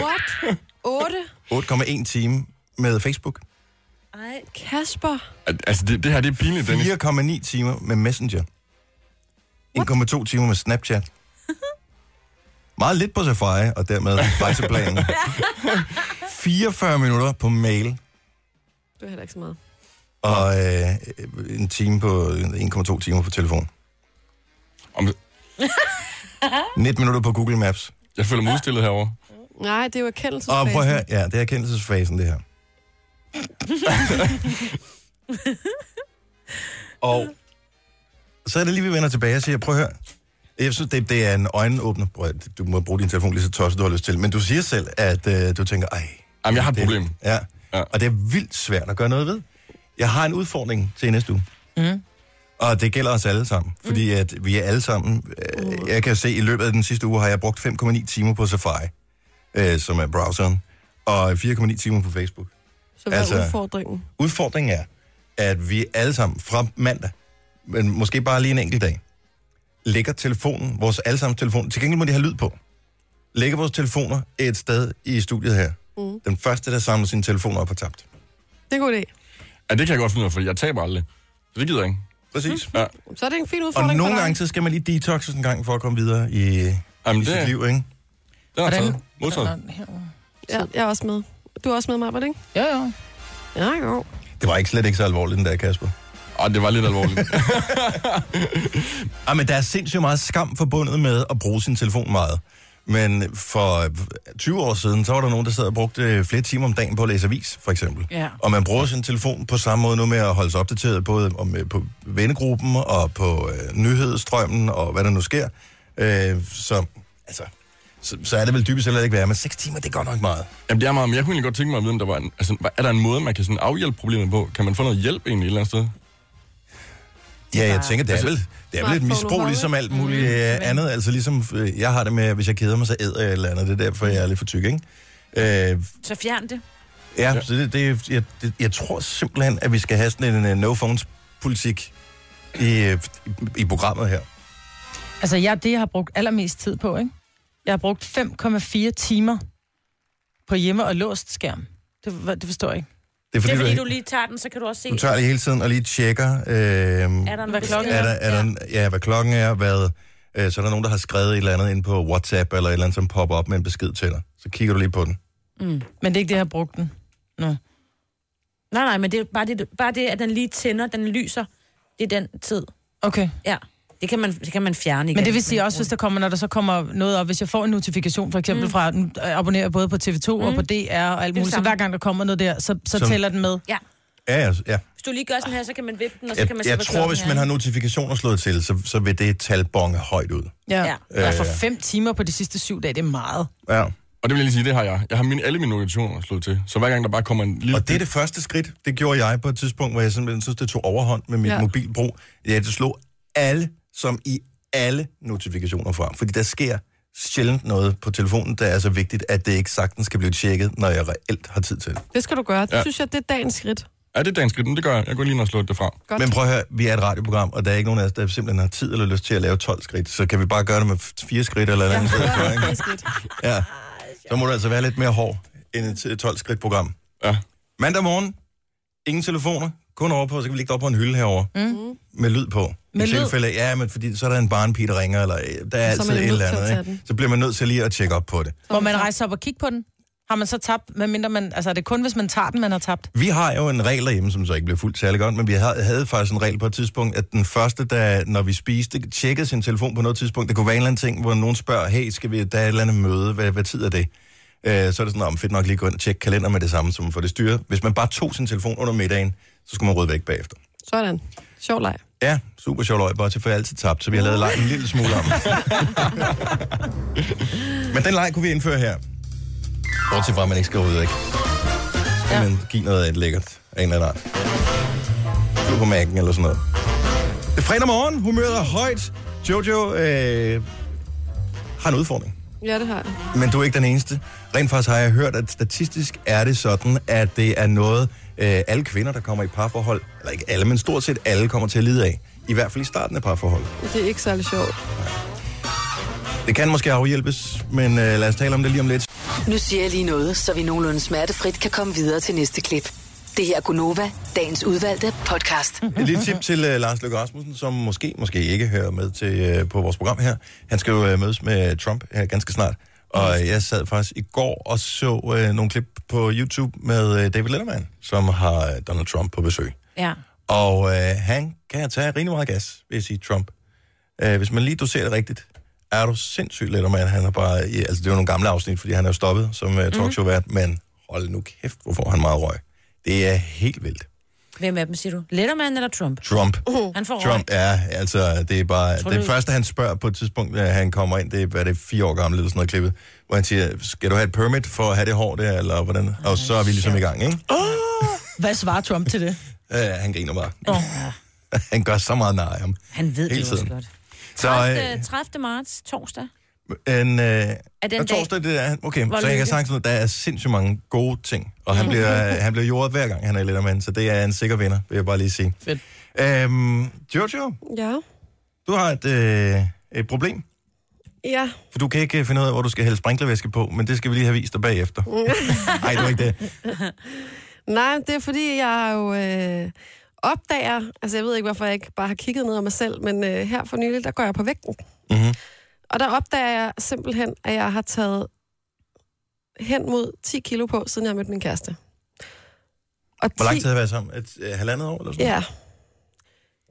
Speaker 4: What? 8?
Speaker 1: 8,1 time med Facebook.
Speaker 2: Ej,
Speaker 4: Kasper?
Speaker 10: Al- altså, det, det her, det er pinligt, Dennis.
Speaker 1: 4,9 timer med Messenger. 1,2 timer med Snapchat. Meget lidt på Safari, og dermed rejseplanen. 44 minutter på mail,
Speaker 4: Det er heller ikke så meget.
Speaker 1: og øh, en time på, 1,2 timer på telefon.
Speaker 10: Om-
Speaker 1: 19 minutter på Google Maps.
Speaker 10: Jeg føler mig udstillet herovre.
Speaker 4: Nej, det er jo
Speaker 1: Og prøv at
Speaker 4: erkendelsesfasen.
Speaker 1: høre, ja, det er erkendelsesfasen, det her. og så er det lige, vi vender tilbage og siger, prøv at høre, jeg synes, det, det er en øjenåbner. Prøv, at- du må bruge din telefon lige så tosset, du har lyst til. Men du siger selv, at øh, du tænker, ej.
Speaker 10: Jamen, jeg har et
Speaker 1: det-
Speaker 10: problem.
Speaker 1: Ja. ja.
Speaker 10: Ja.
Speaker 1: Og det er vildt svært at gøre noget ved. Jeg har en udfordring til i næste uge. Mm. Og det gælder os alle sammen. Fordi at vi er alle sammen... Øh, jeg kan se, at i løbet af den sidste uge har jeg brugt 5,9 timer på Safari, øh, som er browseren, og 4,9 timer på Facebook.
Speaker 4: Så hvad
Speaker 1: altså-
Speaker 4: er udfordringen?
Speaker 1: Udfordringen er, at vi alle sammen fra mandag, men måske bare lige en enkelt dag, lægger telefonen, vores allesammens telefon, til gengæld må de have lyd på, lægger vores telefoner et sted i studiet her. Mm. Den første, der samler sine telefoner op, har tabt.
Speaker 4: Det er en god idé.
Speaker 10: Ja, det kan jeg godt finde ud af, for jeg taber aldrig. Så det gider jeg ikke.
Speaker 1: Præcis.
Speaker 10: Ja.
Speaker 4: Så er det en fin
Speaker 1: Og
Speaker 4: Mm. udfordring
Speaker 1: nogle
Speaker 4: for dig.
Speaker 1: gange, så skal man lige detoxes en gang, for at komme videre i, i
Speaker 10: Jamen, det,
Speaker 1: sit liv, ikke?
Speaker 10: den er
Speaker 3: Hvordan?
Speaker 10: taget. Modtaget.
Speaker 4: Ja, jeg er også med. Du er også med mig, var det ikke?
Speaker 3: Jo, jo.
Speaker 4: Ja, jo.
Speaker 1: Det var ikke slet ikke så alvorligt, den der, Kasper.
Speaker 10: Og det var lidt alvorligt.
Speaker 1: Ej, Ah, men der er sindssygt meget skam forbundet med at bruge sin telefon meget. Men for øh, 20 år siden, så var der nogen, der sad og brugte øh, flere timer om dagen på at læse avis, for eksempel.
Speaker 11: Ja.
Speaker 1: Og man bruger sin telefon på samme måde nu med at holde sig opdateret både om, øh, på vennegruppen og på øh, nyhedsstrømmen og hvad der nu sker. Øh, så, altså, så, så er det vel dybest set heller ikke værre, men 6 timer, det er godt nok meget.
Speaker 10: Jamen, det er meget, men jeg kunne egentlig godt tænke mig at vide, om der var en, altså, er der en måde, man kan sådan afhjælpe problemet på? Kan man få noget hjælp egentlig et eller andet sted?
Speaker 1: Ja, jeg tænker, det er vel, det er vel et
Speaker 10: Smartphone
Speaker 1: misbrug,
Speaker 10: overhovedet.
Speaker 1: ligesom alt muligt øh, andet. Altså ligesom, øh, jeg har det med, at hvis jeg keder mig, så æder jeg et eller andet. Det er derfor, jeg er lidt for tyk, ikke? Øh, ja,
Speaker 2: Så fjern det.
Speaker 1: ja. Så det, det, jeg, det, jeg tror simpelthen, at vi skal have sådan en uh, no-phones-politik i, øh, i, i programmet her.
Speaker 3: Altså, jeg, det, jeg har brugt allermest tid på, ikke? Jeg har brugt 5,4 timer på hjemme- og låst skærm. Det, var- det forstår jeg ikke.
Speaker 1: Det er fordi,
Speaker 2: det er, fordi du
Speaker 1: du,
Speaker 2: lige tager den, så kan du også se...
Speaker 1: du tager det hele tiden og lige tjekker... Øh,
Speaker 2: Er der en klokken?
Speaker 1: er der, er der, ja. ja, hvad klokken er, hvad, øh, så er der nogen, der har skrevet et eller andet ind på WhatsApp, eller et eller andet, som popper op med en besked til dig. Så kigger du lige på den.
Speaker 3: Mm. Men det er ikke det, jeg har brugt den. Nå.
Speaker 2: Nej, nej, men det er bare det, bare det, at den lige tænder, den lyser. Det er den tid.
Speaker 3: Okay.
Speaker 2: Ja, det kan man, det kan man fjerne igen.
Speaker 3: Men det vil sige også, hvis der kommer, når der så kommer noget op, hvis jeg får en notifikation, for eksempel
Speaker 2: Mm.
Speaker 3: mm. fra, nu abonnerer jeg både på TV2 mm. og
Speaker 2: Mm.
Speaker 3: på DR og
Speaker 2: det
Speaker 3: alt muligt, så
Speaker 2: samme.
Speaker 3: hver gang der kommer noget der, så, så
Speaker 1: Som-
Speaker 3: tæller den med.
Speaker 2: Ja.
Speaker 1: Ja, ja, ja.
Speaker 2: Hvis du lige gør sådan her, så kan man vippe den, og så
Speaker 1: Jeg,
Speaker 2: kan man se,
Speaker 1: jeg
Speaker 2: hvad
Speaker 1: tror,
Speaker 2: klokken
Speaker 1: hvis
Speaker 2: er.
Speaker 1: man har notifikationer slået til, så, så vil det tal bonge højt ud.
Speaker 3: Ja. ja. ja. for
Speaker 1: Øh.
Speaker 3: fem timer på de sidste syv dage, det er meget.
Speaker 1: Ja.
Speaker 10: Og det vil jeg lige sige, det har jeg. Jeg har mine, alle mine notationer slået til. Så hver gang der bare kommer en lille...
Speaker 1: Og det er det første skridt. Det gjorde jeg på et tidspunkt, hvor jeg simpelthen synes, det tog overhånd med mit
Speaker 10: Ja.
Speaker 1: ja. mobilbrug. Ja, det slog alle, som i alle notifikationer fra. Fordi der sker sjældent noget på telefonen, der er så vigtigt, at det ikke sagtens kan blive tjekket, når jeg reelt har tid til det.
Speaker 4: Det skal du gøre. Det
Speaker 1: Ja.
Speaker 4: synes jeg, det er dagens skridt.
Speaker 10: Ja, det er dansk, men det gør jeg. Jeg går lige ind og slår det fra.
Speaker 4: Godt.
Speaker 1: Men prøv at høre, vi er et radioprogram, og der er ikke nogen af os, der simpelthen har tid eller lyst til at lave 12 skridt. Så kan vi bare gøre det med f- fire skridt eller et eller andet sted. for, ikke?
Speaker 3: Ah,
Speaker 1: Ja. Så må du altså være lidt mere hård end et 12-skridt program.
Speaker 10: Ja.
Speaker 1: Mandag morgen, ingen telefoner, kun over på, så kan vi ligge det op på en hylde herovre.
Speaker 3: Mm.
Speaker 1: Med lyd på.
Speaker 3: Med
Speaker 1: I
Speaker 3: lyd?
Speaker 1: tilfælde, af- ja, men fordi så er der en barnpige, der ringer, eller øh, der er
Speaker 3: Og så
Speaker 1: altid
Speaker 3: er man
Speaker 1: et
Speaker 3: nødt
Speaker 1: eller
Speaker 3: til at
Speaker 1: andet.
Speaker 3: tage
Speaker 1: Ikke?
Speaker 3: den.
Speaker 1: Så bliver man nødt til lige at tjekke op på det.
Speaker 3: Hvor man rejser op og kigger på den. Har man så tabt, hvad mindre man... Altså, er det kun, hvis man tager den, man har tabt?
Speaker 1: Vi har jo en regel derhjemme, som så ikke blev fuldt særlig godt, men vi havde, havde faktisk en regel på et tidspunkt, at den første, der, når vi spiste, tjekkede sin telefon på noget tidspunkt. Det kunne være en eller anden ting, hvor nogen spørger, hey, skal vi, der er et eller andet møde, hvad, hvad tid er det? Øh, så er det sådan, om fedt nok lige gå ind og tjekke kalender med det samme, som man får det styret. Hvis man bare tog sin telefon under middagen, så skulle man rydde væk bagefter.
Speaker 4: Sådan. Sjov leg.
Speaker 1: Ja, super sjov løg, bare til for jeg har altid tabt, så vi har lavet lejen en lille smule om. Men den leg kunne vi indføre her. Bortset fra, at man ikke skal ud, ikke? Så skal ja. man give noget af et lækkert af en eller anden art. Flue på mærken eller sådan noget. Det er fredag morgen, humøret er højt. Jojo øh, har en udfordring.
Speaker 4: Ja, det har jeg.
Speaker 1: Men du er ikke den eneste. Rent faktisk har jeg hørt, at statistisk er det sådan, at det er noget, øh, alle kvinder, der kommer i parforhold, eller ikke alle, men stort set alle kommer til at lide af. I hvert fald i starten af parforhold.
Speaker 4: Det er ikke særlig sjovt.
Speaker 1: Det kan måske afhjælpes, men øh, lad os tale om det lige om lidt.
Speaker 5: Nu siger jeg lige noget, så vi nogenlunde smertefrit kan komme videre til næste klip. Det her er Gunova, dagens udvalgte podcast.
Speaker 1: Et lille tip til uh, Lars Løkke Rasmussen, som måske, måske ikke hører med til uh, på vores program her. Han skal jo uh, mødes med Trump her ganske snart. Og jeg sad faktisk i går og så uh, nogle klip på YouTube med uh, David Letterman, som har uh, Donald Trump på besøg.
Speaker 2: Ja.
Speaker 1: Og øh, han kan tage rimelig meget gas, vil jeg sige, Trump. Øh, hvis man lige doserer det rigtigt, er du sindssygt let, man. Han har bare, ja, altså det var nogle gamle afsnit, fordi han er jo stoppet som
Speaker 2: Mhm.
Speaker 1: øh, talkshow-vært, men hold nu kæft, hvor får han meget røg. Det er helt vildt.
Speaker 2: Hvem af dem, siger du? Letterman eller Trump?
Speaker 1: Trump.
Speaker 2: Uh, han får røg.
Speaker 1: Trump er, altså, det er bare...
Speaker 2: Tror
Speaker 1: det
Speaker 2: du-
Speaker 1: første, han spørger på et tidspunkt, da han kommer ind, det er, hvad er det, fire år gammel, eller sådan noget klippet, hvor han siger, skal du have et permit for at have det hår der, eller hvordan? Og så er vi ligesom i gang, ikke?
Speaker 3: Hvad svarer Trump til det?
Speaker 1: Øh, han griner bare.
Speaker 3: Oh.
Speaker 1: han gør så meget nar af ham.
Speaker 2: Han
Speaker 1: Hele
Speaker 2: ved det jo også
Speaker 1: tiden.
Speaker 2: godt.
Speaker 1: Så, øh,
Speaker 2: 30. 30. marts, torsdag.
Speaker 1: En, øh, er
Speaker 2: det en
Speaker 1: og
Speaker 2: dag?
Speaker 1: torsdag, det er han. Okay,
Speaker 2: Hvor
Speaker 1: så jeg
Speaker 2: lykke.
Speaker 1: kan sagt noget, der er sindssygt mange gode ting. Og han bliver, øh, han bliver jordet hver gang, han er i Letterman, så det er en sikker vinder, vil jeg bare lige sige.
Speaker 3: Fedt.
Speaker 1: Øhm, Jojo,
Speaker 4: Ja.
Speaker 1: du har et, øh, et problem,
Speaker 4: Ja.
Speaker 1: for du kan ikke øh, finde ud af, hvor du skal hælde sprinklervæske på, men det skal vi lige have vist dig bagefter. Nej, det var ikke det.
Speaker 4: Nej, det er fordi, jeg jo øh, opdager, altså jeg ved ikke, hvorfor jeg ikke bare har kigget ned af mig selv, men øh, her for nylig, der går jeg på vægten.
Speaker 1: Mm-hmm.
Speaker 4: Og der opdager jeg simpelthen, at jeg har taget hen mod 10 kilo på, siden jeg mødte min kæreste. Og
Speaker 1: Hvor lang tid har I været sammen? Et, øh, halvandet år eller sådan
Speaker 4: Ja.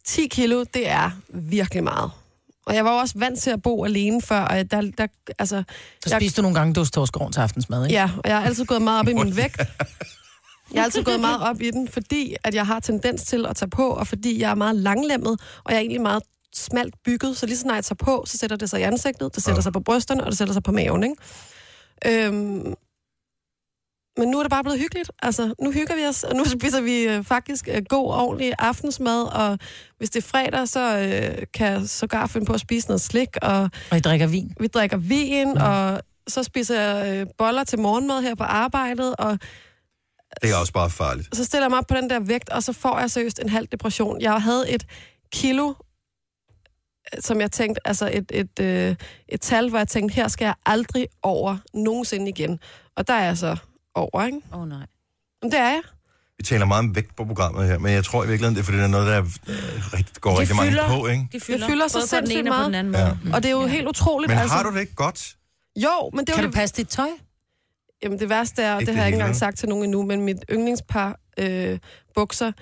Speaker 4: 10 kilo, det er virkelig meget. Og jeg var jo også vant til at bo alene før, og der, der altså...
Speaker 3: Så spiste du nogle gange dåstorskoven til aftensmad, ikke?
Speaker 4: Ja, og jeg har altid gået meget op i min vægt. Jeg har altid gået meget op i den, fordi at jeg har tendens til at tage på, og fordi jeg er meget langlemmet, og jeg er egentlig meget smalt bygget, så lige så snart jeg tager på, så sætter det sig i ansigtet, det sætter sig på brysterne, og det sætter sig på maven, ikke? Øhm, men nu er det bare blevet hyggeligt. Altså, nu hygger vi os, og nu spiser vi øh, faktisk øh, god, ordentlig aftensmad, og hvis det er fredag, så øh, kan jeg sågar finde på at spise noget slik, og
Speaker 3: Og I drikker vin.
Speaker 4: vi drikker vin, og så spiser jeg øh, boller til morgenmad her på arbejdet, og
Speaker 1: Det er også bare farligt.
Speaker 4: så stiller jeg mig op på den der vægt, og så får jeg seriøst en halv depression. Jeg havde et kilo, som jeg tænkte, altså et, et, øh, et tal, hvor jeg tænkte, her skal jeg aldrig over nogensinde igen. Og der er jeg så over, ikke?
Speaker 2: Åh oh, nej.
Speaker 4: Men det er jeg.
Speaker 1: Vi taler meget om vægt på programmet her, men jeg tror i virkeligheden, det er fordi, det er noget, der øh, rigtig, går rigtig mange på, ikke?
Speaker 2: Det
Speaker 4: Det fylder så
Speaker 2: både på den
Speaker 4: sindssygt
Speaker 2: ene og på den anden
Speaker 4: meget.
Speaker 2: måde.
Speaker 1: Mm. Ja.
Speaker 4: Og det er jo helt utroligt. altså.
Speaker 1: Men har du det ikke godt?
Speaker 4: Jo, men det er
Speaker 3: Kan
Speaker 4: jo
Speaker 3: du passe dit tøj?
Speaker 4: Jamen det værste er,
Speaker 1: Ikke
Speaker 4: og det,
Speaker 1: det
Speaker 4: har jeg ikke
Speaker 1: hele.
Speaker 4: engang sagt til nogen endnu, men mit yndlingspar øh, bukser,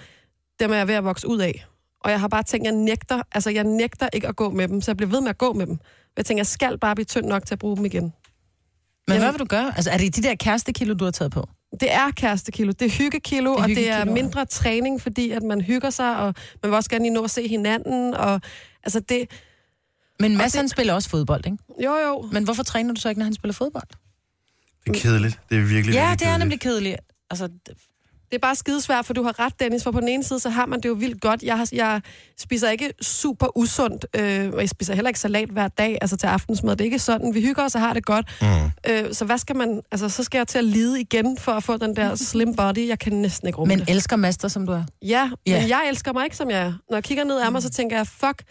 Speaker 4: dem er jeg ved at vokse ud af. Og jeg har bare tænkt, jeg nægter, altså jeg nægter ikke at gå med dem, så jeg bliver ved med at gå med dem. Jeg tænker, jeg skal bare blive tynd nok til at bruge dem igen.
Speaker 3: Men hvad vil du gøre? Altså, er det de der kærestekilo, du har taget på?
Speaker 4: Det er kærestekilo, det er hyggekilo,
Speaker 3: Det er
Speaker 4: det er og det er
Speaker 3: hyggekilo, ja.
Speaker 4: mindre træning, fordi at man hygger sig, og man vil også gerne lige nå at se hinanden, og altså det,
Speaker 3: Men Mads, han spiller også fodbold, ikke?
Speaker 4: jo jo,
Speaker 3: Men hvorfor træner du så ikke, når han spiller fodbold?
Speaker 1: Det er kedeligt. Det er virkelig,
Speaker 3: Ja,
Speaker 1: virkelig
Speaker 3: det er
Speaker 1: kedeligt.
Speaker 3: nemlig kedeligt. Altså, d-
Speaker 4: Det er bare skidesvært, for du har ret, Dennis, for på den ene side, så har man det jo vildt godt. Jeg, har, jeg spiser ikke super usundt, øh, og jeg spiser heller ikke salat hver dag, altså til aftensmad. Det er ikke sådan. Vi hygger os og har det godt. Mm. Øh, så hvad skal man, altså så skal jeg til at lide igen for at få den der slim body. Jeg kan næsten ikke rumme
Speaker 3: men
Speaker 4: Men, det.
Speaker 3: elsker Mads dig, som du er.
Speaker 4: Ja,
Speaker 3: Ja.
Speaker 4: men jeg elsker mig ikke, som jeg er. Når jeg kigger ned af mig, så tænker jeg, fuck,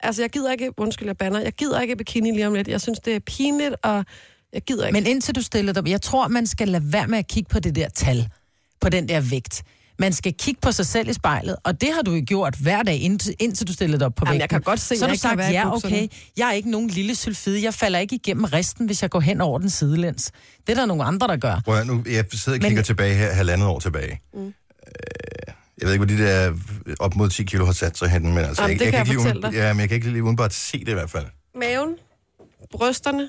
Speaker 4: altså jeg gider ikke, undskyld, jeg banner, jeg gider ikke i bikini lige om lidt. Jeg synes, det er pinligt, og jeg gider ikke.
Speaker 3: Men indtil du stiller dig... Jeg tror, man skal lade være med at kigge på det der tal. På den der vægt. Man skal kigge på sig selv i spejlet, og det har du jo gjort hver dag, indtil, indtil du stillede dig op på
Speaker 4: Jamen,
Speaker 3: vægten.
Speaker 4: jeg kan godt se,
Speaker 3: Så har
Speaker 4: jeg
Speaker 3: du
Speaker 4: ikke kan
Speaker 3: sagt,
Speaker 4: være i
Speaker 3: ja,
Speaker 4: bukserne."
Speaker 3: okay, jeg er ikke nogen lille sylfide, jeg falder ikke igennem resten, hvis jeg går hen over den sidelæns. Det er der nogle andre, der gør.
Speaker 1: Prøv at høre, nu, jeg sidder og kigger
Speaker 3: Men-
Speaker 1: men... tilbage her, halvandet år tilbage. Mm. Jeg ved ikke, hvor de der øh, op mod 10 kilo har sat sig hen, men altså,
Speaker 4: Jamen,
Speaker 1: jeg,
Speaker 4: det
Speaker 1: jeg,
Speaker 4: kan jeg
Speaker 1: ikke lige
Speaker 4: fortælle dig.
Speaker 1: ja, men jeg kan ikke lige udenbart se det i hvert fald.
Speaker 4: Maven, brysterne,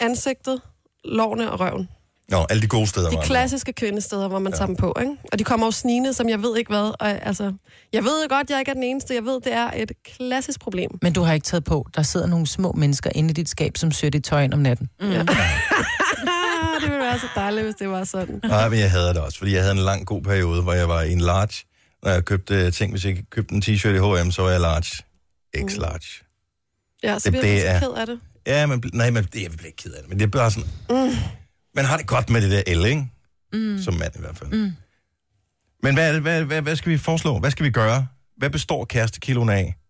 Speaker 4: ansigtet, lårene og røven.
Speaker 1: Nå, alle de gode steder.
Speaker 4: De
Speaker 1: var
Speaker 4: klassiske kvindesteder, hvor man tager dem på, ikke? Og de kommer jo snigende, som jeg ved ikke hvad. Og, altså, jeg ved jo godt, jeg ikke er den eneste. Jeg ved, det er et klassisk problem.
Speaker 3: Men du har ikke taget på. Der sidder nogle små mennesker inde i dit skab, som søger dit tøj ind om natten.
Speaker 4: Ah, det ville være så dejligt, hvis det var sådan.
Speaker 1: Nej, men jeg hader det også, fordi jeg havde en lang god periode, hvor jeg var i en large. Når jeg købte øh, ting, hvis jeg købte en t-shirt i H&M, så var jeg large. X large.
Speaker 4: Ja, så
Speaker 1: Det-
Speaker 4: bliver det,
Speaker 1: det
Speaker 4: jeg
Speaker 1: er-
Speaker 4: så ked af det.
Speaker 1: Ja, men, nej, man, det, jeg bliver ikke ked af det, men det er bare sådan... Mm. Man har det godt med det der L, ikke? Mm. Som mand i hvert fald. Mm. Men hvad, er det, hvad, hvad, hvad skal vi foreslå? Hvad skal vi gøre? Hvad består kærestekiloen af? Altså, Jamen,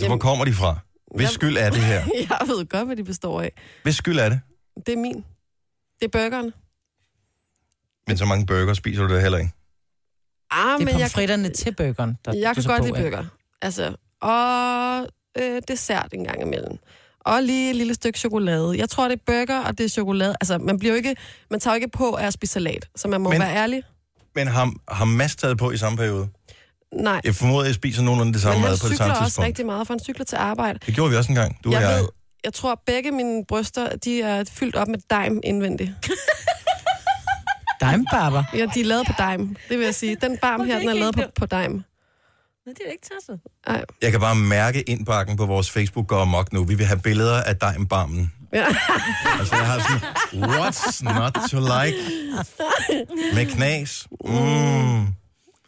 Speaker 1: hvor
Speaker 4: Jamen-
Speaker 1: kommer de fra? Hvis
Speaker 4: Jamen-
Speaker 1: skyld er det her?
Speaker 4: Jeg ved godt, hvad de består af.
Speaker 1: Hvis skyld er det?
Speaker 4: Det er min. Det er burgeren.
Speaker 1: Men så mange burger spiser du det heller ikke.
Speaker 4: Ah,
Speaker 3: Det er
Speaker 4: men jeg,
Speaker 3: pomfritterne til bøgeren, der
Speaker 4: jeg
Speaker 3: du
Speaker 4: kan
Speaker 3: så
Speaker 4: godt
Speaker 3: på
Speaker 4: lide
Speaker 3: af.
Speaker 4: burger. Altså, og øh, dessert en gang imellem. Og lige et lille stykke chokolade. Jeg tror, det er burger, og det er chokolade. Altså, man, bliver jo ikke, man tager jo ikke på af at spise salat, så man må
Speaker 1: Men-
Speaker 4: men... være ærlig.
Speaker 1: Men har, har Mads taget på i samme periode?
Speaker 4: Nej.
Speaker 1: Jeg formoder, at jeg spiser nogenlunde det samme
Speaker 4: Men
Speaker 1: mad
Speaker 4: han
Speaker 1: på det samme
Speaker 4: cykler også
Speaker 1: tidspunkt.
Speaker 4: rigtig meget, for han cykler til arbejde.
Speaker 1: Det gjorde vi også engang, du
Speaker 4: Jeg
Speaker 1: og jeg.
Speaker 4: ved, jeg tror, at begge mine bryster, de er fyldt op med dejm indvendigt.
Speaker 3: Dejmbarber.
Speaker 4: Ja, de er lavet på dejm, det vil jeg sige. Den barm her, den er lavet på, på dejm.
Speaker 2: Nej, det er da ikke tosset.
Speaker 4: Ej.
Speaker 1: Jeg kan bare mærke indbakken på vores Facebook går amok nu. Vi vil have billeder af dig med barmen.
Speaker 4: Ja.
Speaker 1: altså, jeg har sådan, what's not to like? Med knas.
Speaker 4: altså
Speaker 1: Mm.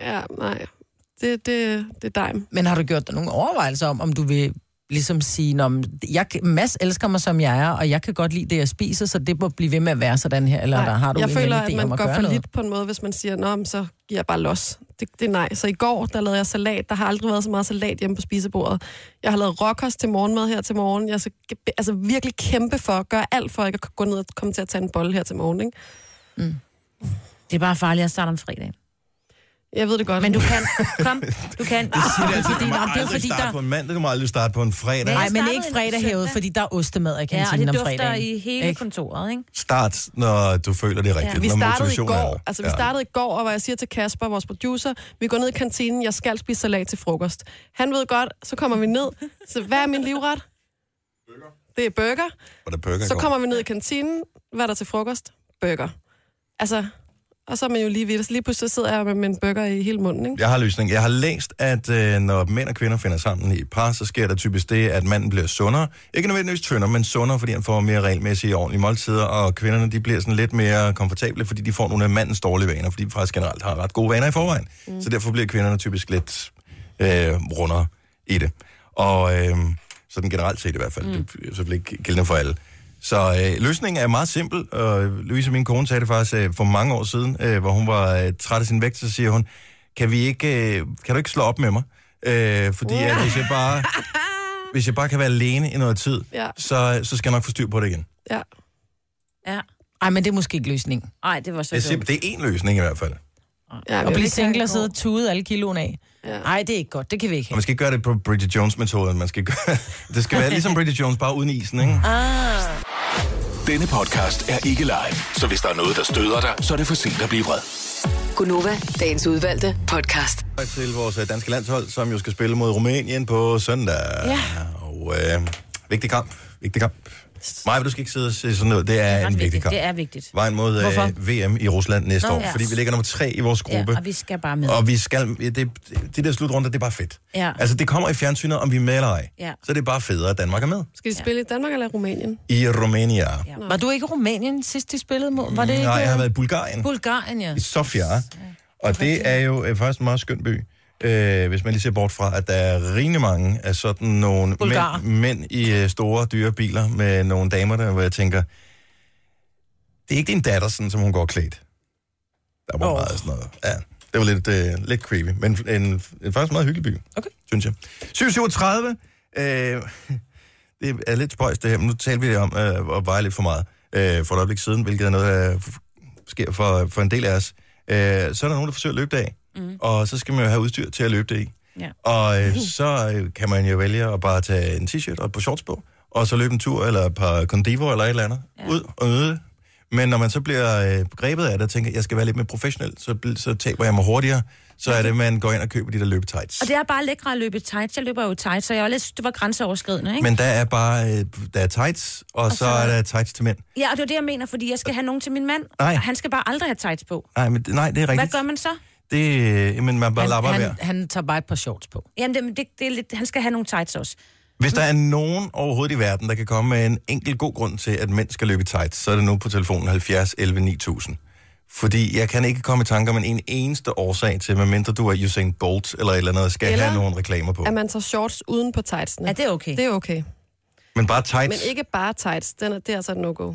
Speaker 4: Ja, nej. Det, det, det er dejm.
Speaker 3: Men har du gjort dig nogle overvejelser om, om du vil ligesom sige, Nå, men jeg, Mads elsker mig, som jeg er, og jeg kan godt lide det, jeg spiser, så det må blive ved med at være sådan her, eller
Speaker 4: Nej,
Speaker 3: der har du
Speaker 4: jeg
Speaker 3: en
Speaker 4: føler,
Speaker 3: eller anden
Speaker 4: at
Speaker 3: idé
Speaker 4: man
Speaker 3: om at
Speaker 4: går
Speaker 3: gøre
Speaker 4: for
Speaker 3: noget?
Speaker 4: lidt på en måde, hvis man siger, Nå, men så giver jeg bare los. Det, det er nej. Så i går, der lavede jeg salat. Der har aldrig været så meget salat hjemme på spisebordet. Jeg har lavet råkost til morgenmad her til morgen. Jeg skal ge- altså virkelig kæmpe for at gøre alt for at ikke at gå ned og komme til at tage en bolle her til morgen. Ikke?
Speaker 2: Det er bare farligt at starte om fredagen.
Speaker 4: Jeg ved det godt.
Speaker 2: Men du kan. Kom, du kan.
Speaker 1: Det siger det altså,
Speaker 2: Fordi-
Speaker 1: du må
Speaker 2: Nå, det er
Speaker 1: aldrig
Speaker 2: fordi,
Speaker 1: starte
Speaker 2: der-
Speaker 1: på en mandag, du må aldrig starte på en fredag.
Speaker 3: Nej, men
Speaker 2: startede
Speaker 3: ikke
Speaker 2: en
Speaker 3: fredag
Speaker 2: søndag.
Speaker 3: herudet, fordi der er ostemad i
Speaker 2: Ja, og det
Speaker 3: kantinen om
Speaker 2: dufter
Speaker 3: fredagen.
Speaker 2: i hele
Speaker 3: Ikke?
Speaker 2: kontoret, ikke?
Speaker 1: Start, når du føler det er rigtigt.
Speaker 4: Ja, vi
Speaker 1: når
Speaker 4: startede i
Speaker 1: motivationen er
Speaker 4: går.
Speaker 1: der.
Speaker 4: Altså, vi startede i går, og hvor jeg siger til Kasper, vores producer, vi går ned i kantinen, jeg skal spise salat til frokost. Han ved godt, så kommer vi ned. Så hvad er min livret? Det er burger.
Speaker 1: Og der pøkker
Speaker 4: Så
Speaker 1: går.
Speaker 4: kommer vi ned i kantinen. Hvad er der til frokost? Burger. Altså, og så er man jo lige vidt. Så lige pludselig sidder jeg med med en burger i hele munden, ikke?
Speaker 1: Jeg har løsning. Jeg har læst, at øh, når mænd og kvinder finder sammen i et par, så sker der typisk det, at manden bliver sundere. Ikke nødvendigvis tyndere, men sundere, fordi han får mere regelmæssige og ordentlige måltider, og kvinderne de bliver sådan lidt mere komfortable, fordi de får nogle af mandens dårlige vaner, fordi de faktisk generelt har ret gode vaner i forvejen. Mm. Så derfor bliver kvinderne typisk lidt øh, rundere i det. Og øh, sådan generelt set i hvert fald. Mm. Det er selvfølgelig ikke gældende for alle. Så øh, løsningen er meget simpel, og Louise, min kone, sagde det faktisk øh, for mange år siden, øh, hvor hun var øh, træt af sin vægt, så siger hun, kan, vi ikke, øh, kan du ikke slå op med mig? Øh, fordi at hvis, jeg bare, hvis jeg bare kan være alene i noget tid,
Speaker 4: Ja.
Speaker 1: så, så skal jeg nok få styr på det igen.
Speaker 4: Ja.
Speaker 2: Ja.
Speaker 3: Ej, men det er måske ikke løsningen.
Speaker 2: Ej, det var så
Speaker 1: Det er, simp-
Speaker 2: dumt.
Speaker 1: det er én løsning i hvert fald.
Speaker 4: ja
Speaker 3: Og
Speaker 4: men
Speaker 3: blive
Speaker 4: det kan
Speaker 3: single
Speaker 4: jeg
Speaker 3: og sidde og tude alle kiloen af.
Speaker 4: Ja.
Speaker 3: Nej, det er ikke godt. Det kan vi ikke
Speaker 1: Og
Speaker 3: have.
Speaker 1: man skal ikke gøre det på Bridget Jones-metoden. Man skal gøre, det skal være ligesom Bridget Jones, bare uden isen, ikke?
Speaker 6: Denne podcast er ikke live, så hvis der er noget, der støder dig, så er det for sent at blive vred.
Speaker 5: Gunova, dagens udvalgte podcast.
Speaker 1: Tak til vores øh, danske landshold, som jo skal spille mod Rumænien på søndag. Ja. Og øh, vigtig kamp, vigtig kamp. Maja, du skal ikke sidde og se sådan noget. Det er, en
Speaker 2: ret
Speaker 1: vigtig kamp.
Speaker 2: Det er vigtigt.
Speaker 1: Vejen mod
Speaker 3: Hvorfor?
Speaker 1: øh, VM i Rusland næste
Speaker 2: Nå,
Speaker 1: år,
Speaker 2: ja.
Speaker 1: fordi vi ligger nummer tre i vores gruppe.
Speaker 2: Ja, og vi skal bare med.
Speaker 1: Og vi skal, ja, det, de der slutrunder, det er bare fedt.
Speaker 2: Ja.
Speaker 1: Altså, det kommer i fjernsynet, om vi er med eller ej.
Speaker 2: Ja.
Speaker 1: Så det er bare federe, at Danmark er med.
Speaker 4: Skal de spille i Danmark eller Rumænien?
Speaker 1: I Romania.
Speaker 2: Ja.
Speaker 1: Ja.
Speaker 3: Var du ikke i Rumænien sidst, de spillede mod? Var det ikke...
Speaker 1: Nej, jeg har
Speaker 3: øh,
Speaker 1: været i Bulgarien.
Speaker 3: Bulgarien, ja.
Speaker 1: i Sofia. Og det er jo øh, faktisk en meget skøn by, øh, hvis man lige ser bort fra, at der er rimelig mange af sådan nogle
Speaker 3: Bulgarer.
Speaker 1: mænd, mænd i øh, store, dyre biler med nogle damer, der, hvor jeg tænker, det er ikke din datter, sådan som hun går klædt. Der var oh.
Speaker 3: Åh.
Speaker 1: meget af sådan noget. Ja, det var lidt, øh, lidt creepy, men en, en, en faktisk meget hyggelig by,
Speaker 3: Okay.
Speaker 1: synes jeg. 737, øh, det er lidt spøjs det her, men nu talte vi om øh, at veje lidt for meget øh, for et øjeblik siden, hvilket er noget, der f- sker for, for en del af os. Øh, så er der nogen, der forsøger at løbe det af, mm. og så skal man jo have udstyr til at løbe det i.
Speaker 2: Ja.
Speaker 1: Og øh, så øh, kan man jo vælge at bare tage en t-shirt og et par shorts på, og så løbe en tur eller et par Condivo eller et eller andet ja. ud og nyde det. Men når man så bliver øh, grebet af det og tænker, jeg skal være lidt mere professionel, så, bl- så taber jeg mig hurtigere, så er det, man går ind og køber de der løbetights.
Speaker 2: Og det er bare lækre at løbe i tights. Jeg løber jo i tights, så jeg var lidt, det var grænseoverskridende, ikke?
Speaker 1: Men der er bare øh, der er tights, og, og så, så
Speaker 2: så-
Speaker 1: er der tights til mænd.
Speaker 2: Ja, og det er det, jeg mener, fordi jeg skal have nogen til min mand.
Speaker 1: Nej.
Speaker 2: og Han skal bare aldrig have tights på.
Speaker 1: Nej, men, nej det er
Speaker 2: Hvad
Speaker 1: rigtigt.
Speaker 2: gør man så?
Speaker 1: Det, øh, men man bare han, lapper
Speaker 3: han,
Speaker 1: hver.
Speaker 3: han, han tager bare et par shorts på.
Speaker 2: Jamen, det, det, det er lidt, han skal have nogle tights også.
Speaker 1: Hvis der er nogen overhovedet i verden, der kan komme med en enkelt god grund til, at mænd skal løbe i tights, så er det nu på telefonen 70 11 9000. Fordi jeg kan ikke komme i tanke om en eneste årsag til, medmindre du er Usain Bolt eller et eller andet, skal eller,
Speaker 4: Eller
Speaker 1: have nogle reklamer på.
Speaker 4: At man tager shorts uden på tightsene.
Speaker 2: Er det okay?
Speaker 4: Det er okay.
Speaker 1: Men bare tights.
Speaker 4: Men ikke bare tights. Den er, det er altså et no-go.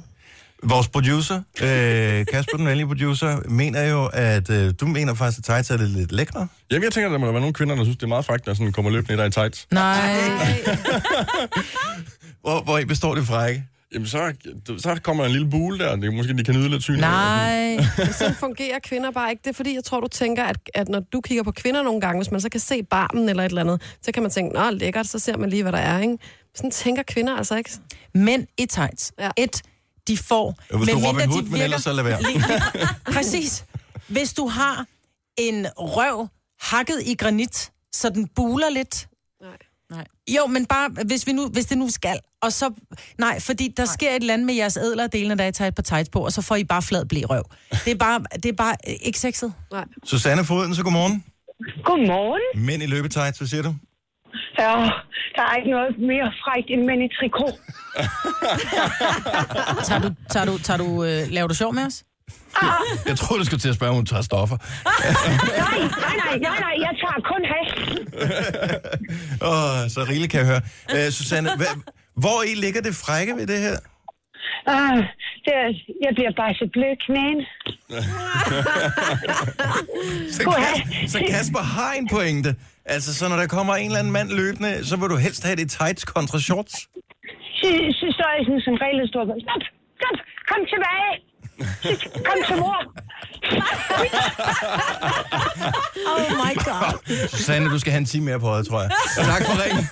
Speaker 1: Vores producer, øh, Kasper, den venlige producer, mener jo, at øh, du mener faktisk, at tights er det lidt lækre.
Speaker 10: Jamen, jeg tænker, at der må der være nogle kvinder, der synes, det er meget frækt, der sådan kommer løbende i dig i tights.
Speaker 3: Nej.
Speaker 1: Hvor, hvor består det fra, ikke?
Speaker 10: Jamen, så, så kommer der en lille bule der, det er måske, de kan nyde lidt syn.
Speaker 3: Nej.
Speaker 4: Sådan fungerer kvinder bare ikke. Det er fordi, jeg tror, du tænker, at, at når du kigger på kvinder nogle gange, hvis man så kan se barmen eller et eller andet, så kan man tænke, nå, lækkert, så ser man lige, hvad der er, ikke? Sådan tænker kvinder altså ikke.
Speaker 3: Mænd i tights.
Speaker 4: Ja.
Speaker 3: Et, de får...
Speaker 1: Hvis du er
Speaker 3: medmindre
Speaker 1: Robin
Speaker 3: de
Speaker 1: Hood, men
Speaker 3: virker-
Speaker 1: ellers så lad være.
Speaker 3: Præcis. Hvis du har en røv hakket i granit, så den buler lidt,
Speaker 4: Nej.
Speaker 3: Jo, men bare, hvis, vi nu, hvis det nu skal, og så... Nej, fordi der nej. sker et eller andet med jeres ædler og delene, der I tager et par tights på, og så får I bare flad blerøv. Det er bare, det er bare øh, ikke sexet.
Speaker 4: Nej.
Speaker 1: Susanne Foden, så godmorgen.
Speaker 11: Godmorgen.
Speaker 1: Mænd i løbetights, hvad siger du?
Speaker 11: Ja, der er ikke noget mere frækt end mænd i trikot.
Speaker 3: Tager du, tager du, tager du, øh, laver du sjov med os?
Speaker 1: Jeg tror, du skulle til at spørge, om hun tager stoffer.
Speaker 11: Nej, nej, nej, nej, nej, jeg tager kun hash.
Speaker 1: Åh, så rigeligt kan jeg høre. Øh, Susanne, hvad, hvor i ligger det frække ved det her?
Speaker 11: Uh, det, er- jeg bliver bare så blød i knæen.
Speaker 1: Så,
Speaker 11: Puha.
Speaker 1: Kasper, så Kasper har en pointe. Altså, så når der kommer en eller anden mand løbende, så vil du helst have det i tights kontra shorts.
Speaker 11: Så, så står jeg sådan som regel og står og bare, stop, stop, kom tilbage. Så- Kom til mor.
Speaker 3: Oh my god.
Speaker 1: Susanne, du skal have en time mere på øjet, tror jeg. Tak for ringen.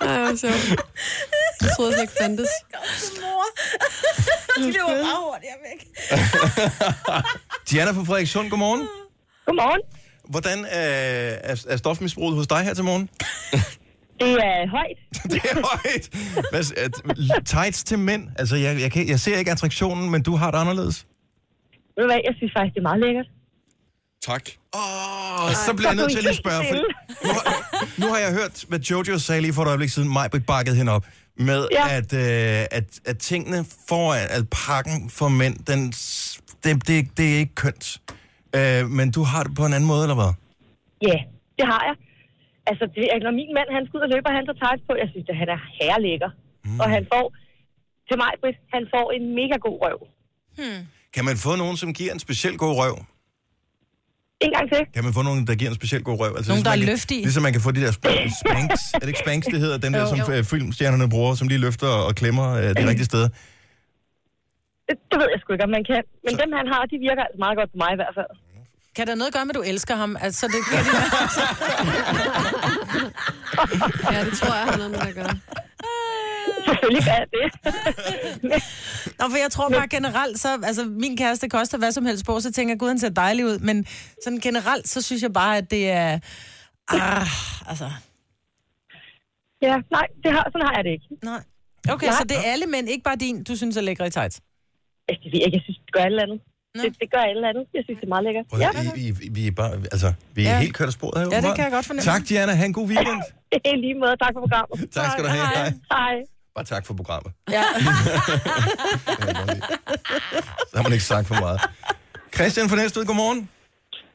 Speaker 4: Ej, hvor sjovt. Det troede jeg slet ikke fandtes.
Speaker 3: Mor. De løber bare hurtigere væk.
Speaker 1: Diana fra Frederikssund, godmorgen.
Speaker 9: Godmorgen.
Speaker 1: Hvordan øh, er, er stofmisbruget hos dig her til morgen?
Speaker 9: Det er højt.
Speaker 1: det er højt. Hvad, s- at, tights til mænd. Altså, jeg, jeg, kan, jeg ser ikke attraktionen, men du har det anderledes.
Speaker 9: Ved du hvad, jeg synes faktisk, det er meget lækkert.
Speaker 10: Tak.
Speaker 1: Åh, oh, så bliver jeg nødt til at lige spørge. For, nu har jeg hørt, hvad Jojo sagde lige for et øjeblik siden. Maj bakkede hende op med, ja.
Speaker 9: Ja.
Speaker 1: at, øh, at, at tingene foran, at pakken for mænd, den, s- det, det, det er ikke kønt. Øh, men du har det på en anden måde, eller hvad?
Speaker 9: Ja, det har jeg. Altså, det, er- når min mand han skal ud og løbe, og han tager tights på, jeg synes, at han er herrelækker. Mm. Og han får, til mig, Britt, han får en mega god røv. Hmm.
Speaker 1: Kan man få nogen, som giver en speciel god røv?
Speaker 9: En gang til.
Speaker 1: Kan man få nogen, der giver en speciel god røv?
Speaker 9: Nogen, der
Speaker 1: man
Speaker 9: er
Speaker 1: kan,
Speaker 9: løftige.
Speaker 1: Ligesom man kan få de der sp- spanks. er det ikke spanks, det hedder? Dem der,
Speaker 9: Jo.
Speaker 1: som
Speaker 9: Jo.
Speaker 1: øh, filmstjernerne bruger, som lige løfter og klemmer øh, de rigtige steder.
Speaker 9: Det, det ved jeg sgu ikke, om man kan. Men så... dem, han har, de virker altså meget godt på mig i hvert fald.
Speaker 3: Kan der noget gøre med, at du elsker ham? Altså, det, det,
Speaker 4: ja, det tror jeg har noget med det at gøre.
Speaker 9: Selvfølgelig gør jeg det.
Speaker 3: Nå, for jeg tror bare generelt, så, altså min kæreste koster hvad som helst på, så tænker jeg, gud, han ser dejlig ud. Men sådan generelt, så synes jeg bare, at det er... Ah, altså.
Speaker 9: Ja, nej, det har, sådan har jeg det ikke.
Speaker 3: Nej. Okay,
Speaker 9: Nej.
Speaker 3: så det er alle mænd, ikke bare din, du synes er lækre i tights.
Speaker 9: Jeg, jeg, jeg synes, Altså, det gør alle andet. Det, det, gør alle andet. Jeg synes, det er meget lækkert.
Speaker 1: Prøv,
Speaker 9: Ja.
Speaker 1: ja. vi, vi, vi, er bare, altså, vi er
Speaker 9: Ja.
Speaker 1: ja. helt kørt af sporet her.
Speaker 9: Ja, det
Speaker 1: åbenbart.
Speaker 9: kan jeg godt fornemme.
Speaker 1: Tak, Diana. Ha' en god weekend.
Speaker 9: I lige måde. Tak for programmet.
Speaker 1: Tak skal du have. Hej. Hej.
Speaker 9: Hej.
Speaker 1: Bare tak for programmet.
Speaker 3: Ja.
Speaker 1: Så har man ikke sagt for meget. Christian fra Næstved, godmorgen.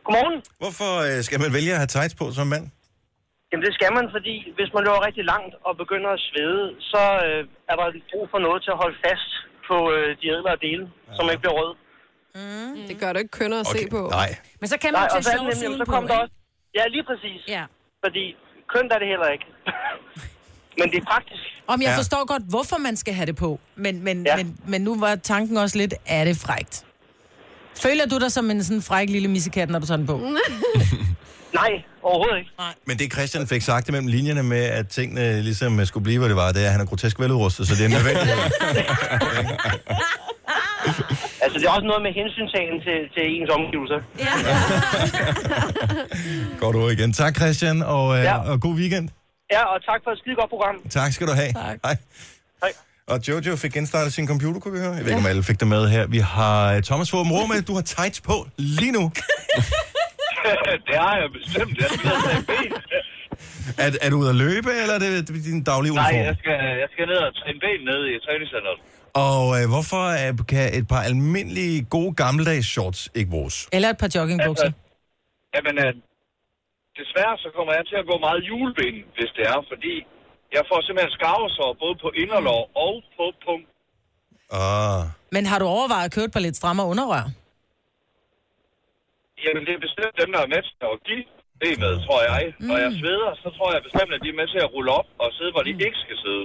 Speaker 2: Godmorgen.
Speaker 1: Hvorfor øh, skal man vælge at have tights på som mand?
Speaker 2: Jamen det skal man, fordi hvis man løber rigtig langt og begynder at svede, så øh, er der brug for noget til at holde fast på øh, de ædlere dele, ja. som ikke bliver røde.
Speaker 4: Mm. Det gør det ikke kønnere at okay. se på.
Speaker 1: Nej.
Speaker 12: Men så kan
Speaker 2: Nej,
Speaker 12: man tage
Speaker 2: og så, er det
Speaker 12: shorts
Speaker 2: nemlig,
Speaker 12: uden
Speaker 2: så
Speaker 12: på.
Speaker 2: kom der også... Ja, lige præcis.
Speaker 12: Ja.
Speaker 2: Fordi kønt er det heller ikke. Men det er praktisk.
Speaker 3: Om jeg
Speaker 2: Ja.
Speaker 3: ja. forstår godt, hvorfor man skal have det på. Men, men, ja. men, men nu var tanken også lidt, er det frægt? Føler du dig som en sådan fræk lille missekat, når du tager den på?
Speaker 2: Nej, overhovedet ikke.
Speaker 3: Nej.
Speaker 1: Men det Christian fik sagt mellem linjerne med, at tingene ligesom skulle blive, hvad det var, det er, at han er grotesk veludrustet, så det er nødvendigt.
Speaker 2: Altså det er også noget med hensyntagen til, til ens omgivelser.
Speaker 1: Godt ord igen. Tak, Christian, og, øh, ja. og god weekend.
Speaker 2: Ja, og tak for et skide godt program.
Speaker 1: Tak skal du have.
Speaker 2: Tak.
Speaker 1: Hej.
Speaker 2: Hej.
Speaker 1: Og Jojo fik genstartet sin computer, kunne vi høre. Jeg ved ikke, om alle fik det med her. Vi har øh, Thomas Fogh Rå med. Du har tights på lige nu.
Speaker 8: det har jeg bestemt. Jeg skal ned og tage ben.
Speaker 1: Er, er du ude at løbe, eller er det din daglige
Speaker 8: Nej,
Speaker 1: uniform?
Speaker 8: jeg skal, jeg skal ned og træne ben nede i træningscenteret.
Speaker 1: Og øh, hvorfor øh, kan et par almindelige, gode, gammeldags shorts ikke bruges?
Speaker 3: Eller et par joggingbukser?
Speaker 2: Altså-
Speaker 8: Jamen, øh, desværre så kommer jeg til at gå meget juleben, hvis det er, fordi jeg får simpelthen skarvesår både på inderlår og på pung.
Speaker 1: Ah.
Speaker 3: Men har du overvejet at købe et par lidt strammere underrør?
Speaker 8: Jamen, det er bestemt dem, der er med til at give det med, tror jeg. Mm. Og jeg sveder, så tror jeg bestemt, at de er med til at rulle op og sidde, hvor de ikke skal sidde.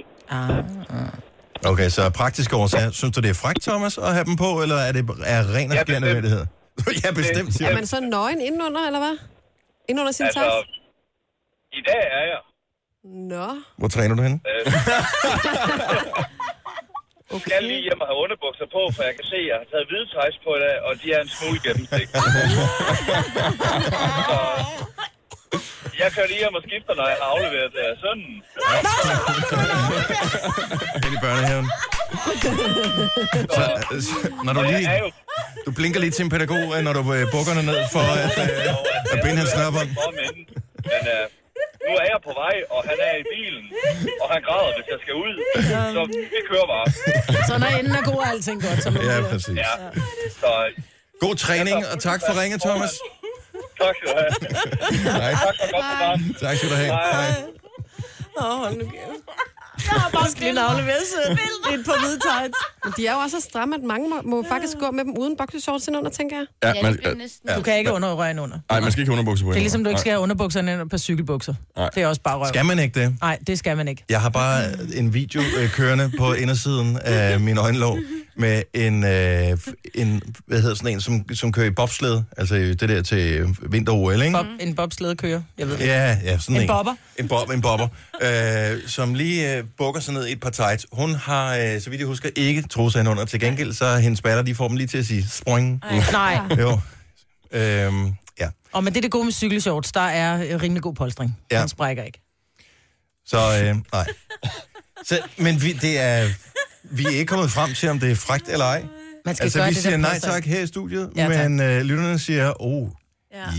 Speaker 1: Okay, så af praktiske årsager. Synes du, det er frækt, Thomas, at have dem på, eller er det er ren og skær nødvendighed? ja, bestemt. siger
Speaker 4: Er
Speaker 1: jeg.
Speaker 4: man så nøgen indenunder, eller hvad? Indenunder sin altså...
Speaker 8: Altså,
Speaker 4: tights?
Speaker 8: I dag er jeg.
Speaker 4: Nå.
Speaker 1: Hvor træner du hen?
Speaker 8: Øh. okay. Jeg er lige hjemme og har underbukser på, for jeg kan se, at jeg har taget hvide træs på i dag, og de er en smule gennemstik. så jeg kører lige hjem og skifter, når jeg har afleveret det af sønnen.
Speaker 1: Hen i børnehaven. Så, øh, så, når du lige... Du blinker lige til en pædagog, øh, når du øh, bukkerne ned for at, øh, at binde hans snørbånd.
Speaker 8: Men øh, nu er jeg på vej, og han er i bilen, og han græder, hvis jeg skal ud. Så vi kører bare.
Speaker 3: Så når enden er god, er alting godt. Så må
Speaker 1: Ja,
Speaker 3: man-
Speaker 1: præcis.
Speaker 8: Ja. Så, øh,
Speaker 1: God træning, og tak for ringet, Thomas.
Speaker 8: Tak skal du have.
Speaker 1: Hej.
Speaker 8: Tak for godt program.
Speaker 1: Tak skal du have. Hej.
Speaker 3: Åh, oh, hold nu kæft. Jeg har bare skrevet afleveret sødt. Et par hvide tights.
Speaker 4: Men de er jo også så stramme, at mange må, må faktisk gå med dem uden boxershorts indenunder, tænker jeg.
Speaker 10: Ja, Ja, det men- bliver næsten- ja.
Speaker 3: Du kan ikke underrøre under.
Speaker 10: Nej, man skal ikke have underbukser på.
Speaker 3: Det er
Speaker 10: endnu.
Speaker 3: ligesom, du ikke skal
Speaker 10: Nej.
Speaker 3: have underbukserne ind og et par cykelbukser.
Speaker 10: Nej.
Speaker 3: Det er også bare røv.
Speaker 1: Skal man ikke det?
Speaker 3: Nej, det skal man ikke.
Speaker 1: øh, Jeg har bare en video øh, kørende på indersiden af min øjenlåg, med en, øh, en hvad hedder sådan en, som, som kører i bobsled, altså det der til vinter-OL, ikke?
Speaker 3: Bob, en bobsledekører, jeg ved det ikke.
Speaker 1: Ja, ja, sådan en.
Speaker 3: En bobber.
Speaker 1: En, bob, en bobber, øh, som lige øh, bukker sig ned i et par tights. Hun har, øh, så vidt jeg husker, ikke trosser under. Til gengæld, så hendes baller, de får dem lige til at sige spring.
Speaker 3: Nej.
Speaker 1: jo. Øhm, ja.
Speaker 3: Og men det er det gode med cykelshorts, der er øh, rimelig god polstring.
Speaker 1: Ja.
Speaker 3: Ja. Den sprækker ikke.
Speaker 1: Så øh, nej. Så, men vi, det er, vi er ikke kommet frem til, om det er frægt eller ej.
Speaker 3: Man skal
Speaker 1: altså,
Speaker 3: gøre
Speaker 1: vi
Speaker 3: det, der
Speaker 1: siger nej
Speaker 3: passer.
Speaker 1: tak her i studiet,
Speaker 2: Ja,
Speaker 1: ja,
Speaker 2: tak.
Speaker 1: men øh, lytterne siger, oh,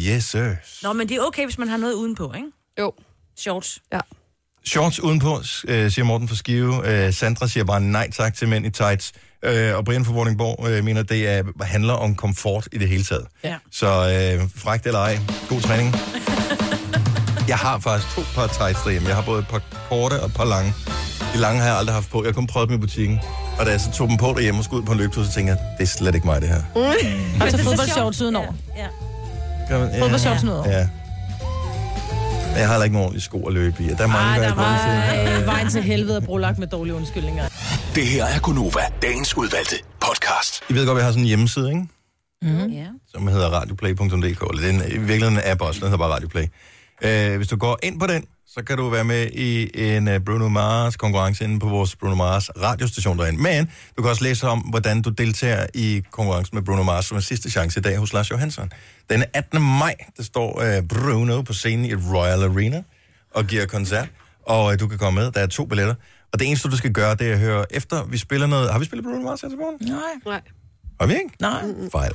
Speaker 2: Ja.
Speaker 1: yes sir.
Speaker 2: Nå, men det er okay, hvis man har noget udenpå, ikke?
Speaker 4: Jo.
Speaker 2: Shorts.
Speaker 4: Ja.
Speaker 1: Shorts udenpå, s- øh, siger Morten fra Skive. Øh, Sandra siger bare nej tak til mænd i tights. Øh, og Brian fra Vordingborg øh, mener, det er, handler om komfort i det hele taget.
Speaker 3: Ja.
Speaker 1: Så øh, frægt eller ej, god træning. Jeg har faktisk to par tights derhjemme. Jeg har både et par korte og et par lange. De lange har jeg aldrig haft på. Jeg har kun prøvet dem i butikken. Og da jeg så tog dem på derhjemme og skulle ud på en løbetur, så tænkte jeg, det er slet ikke mig, det her.
Speaker 3: Mm. Og så fodboldshorts udenover.
Speaker 2: Ja.
Speaker 1: Gør man- ja.
Speaker 3: Fodboldshortsen ud over.
Speaker 1: Ja. Men Jeg har heller ikke nogen ordentlige sko at løbe i, og der er mange, Ej, der, der er
Speaker 3: Ej, Øh, vejen til helvede er brolagt med dårlige undskyldninger.
Speaker 6: Det her er Gunova, dagens udvalgte podcast.
Speaker 1: I ved godt, vi har sådan en hjemmeside, ikke?
Speaker 3: Mm.
Speaker 2: Ja.
Speaker 1: som hedder radioplay.dk, eller den i virkeligheden er app også, den hedder bare Radioplay. Øh, hvis du går ind på den, så kan du være med i en øh, Bruno Mars konkurrence inde på vores Bruno Mars radiostation derinde. Men du kan også læse om, hvordan du deltager i konkurrencen med Bruno Mars, som er sidste chance i dag hos Lars Johansson. Den 18. maj, der står øh, Bruno på scenen i Royal Arena og giver koncert, og øh, du kan komme med. Der er to billetter. Og det eneste, du skal gøre, det er at høre efter. Vi spiller noget... Har vi spillet Bruno Mars her til morgen?
Speaker 3: Nej.
Speaker 4: Nej.
Speaker 1: Har vi ikke?
Speaker 3: Nej.
Speaker 1: Fejl.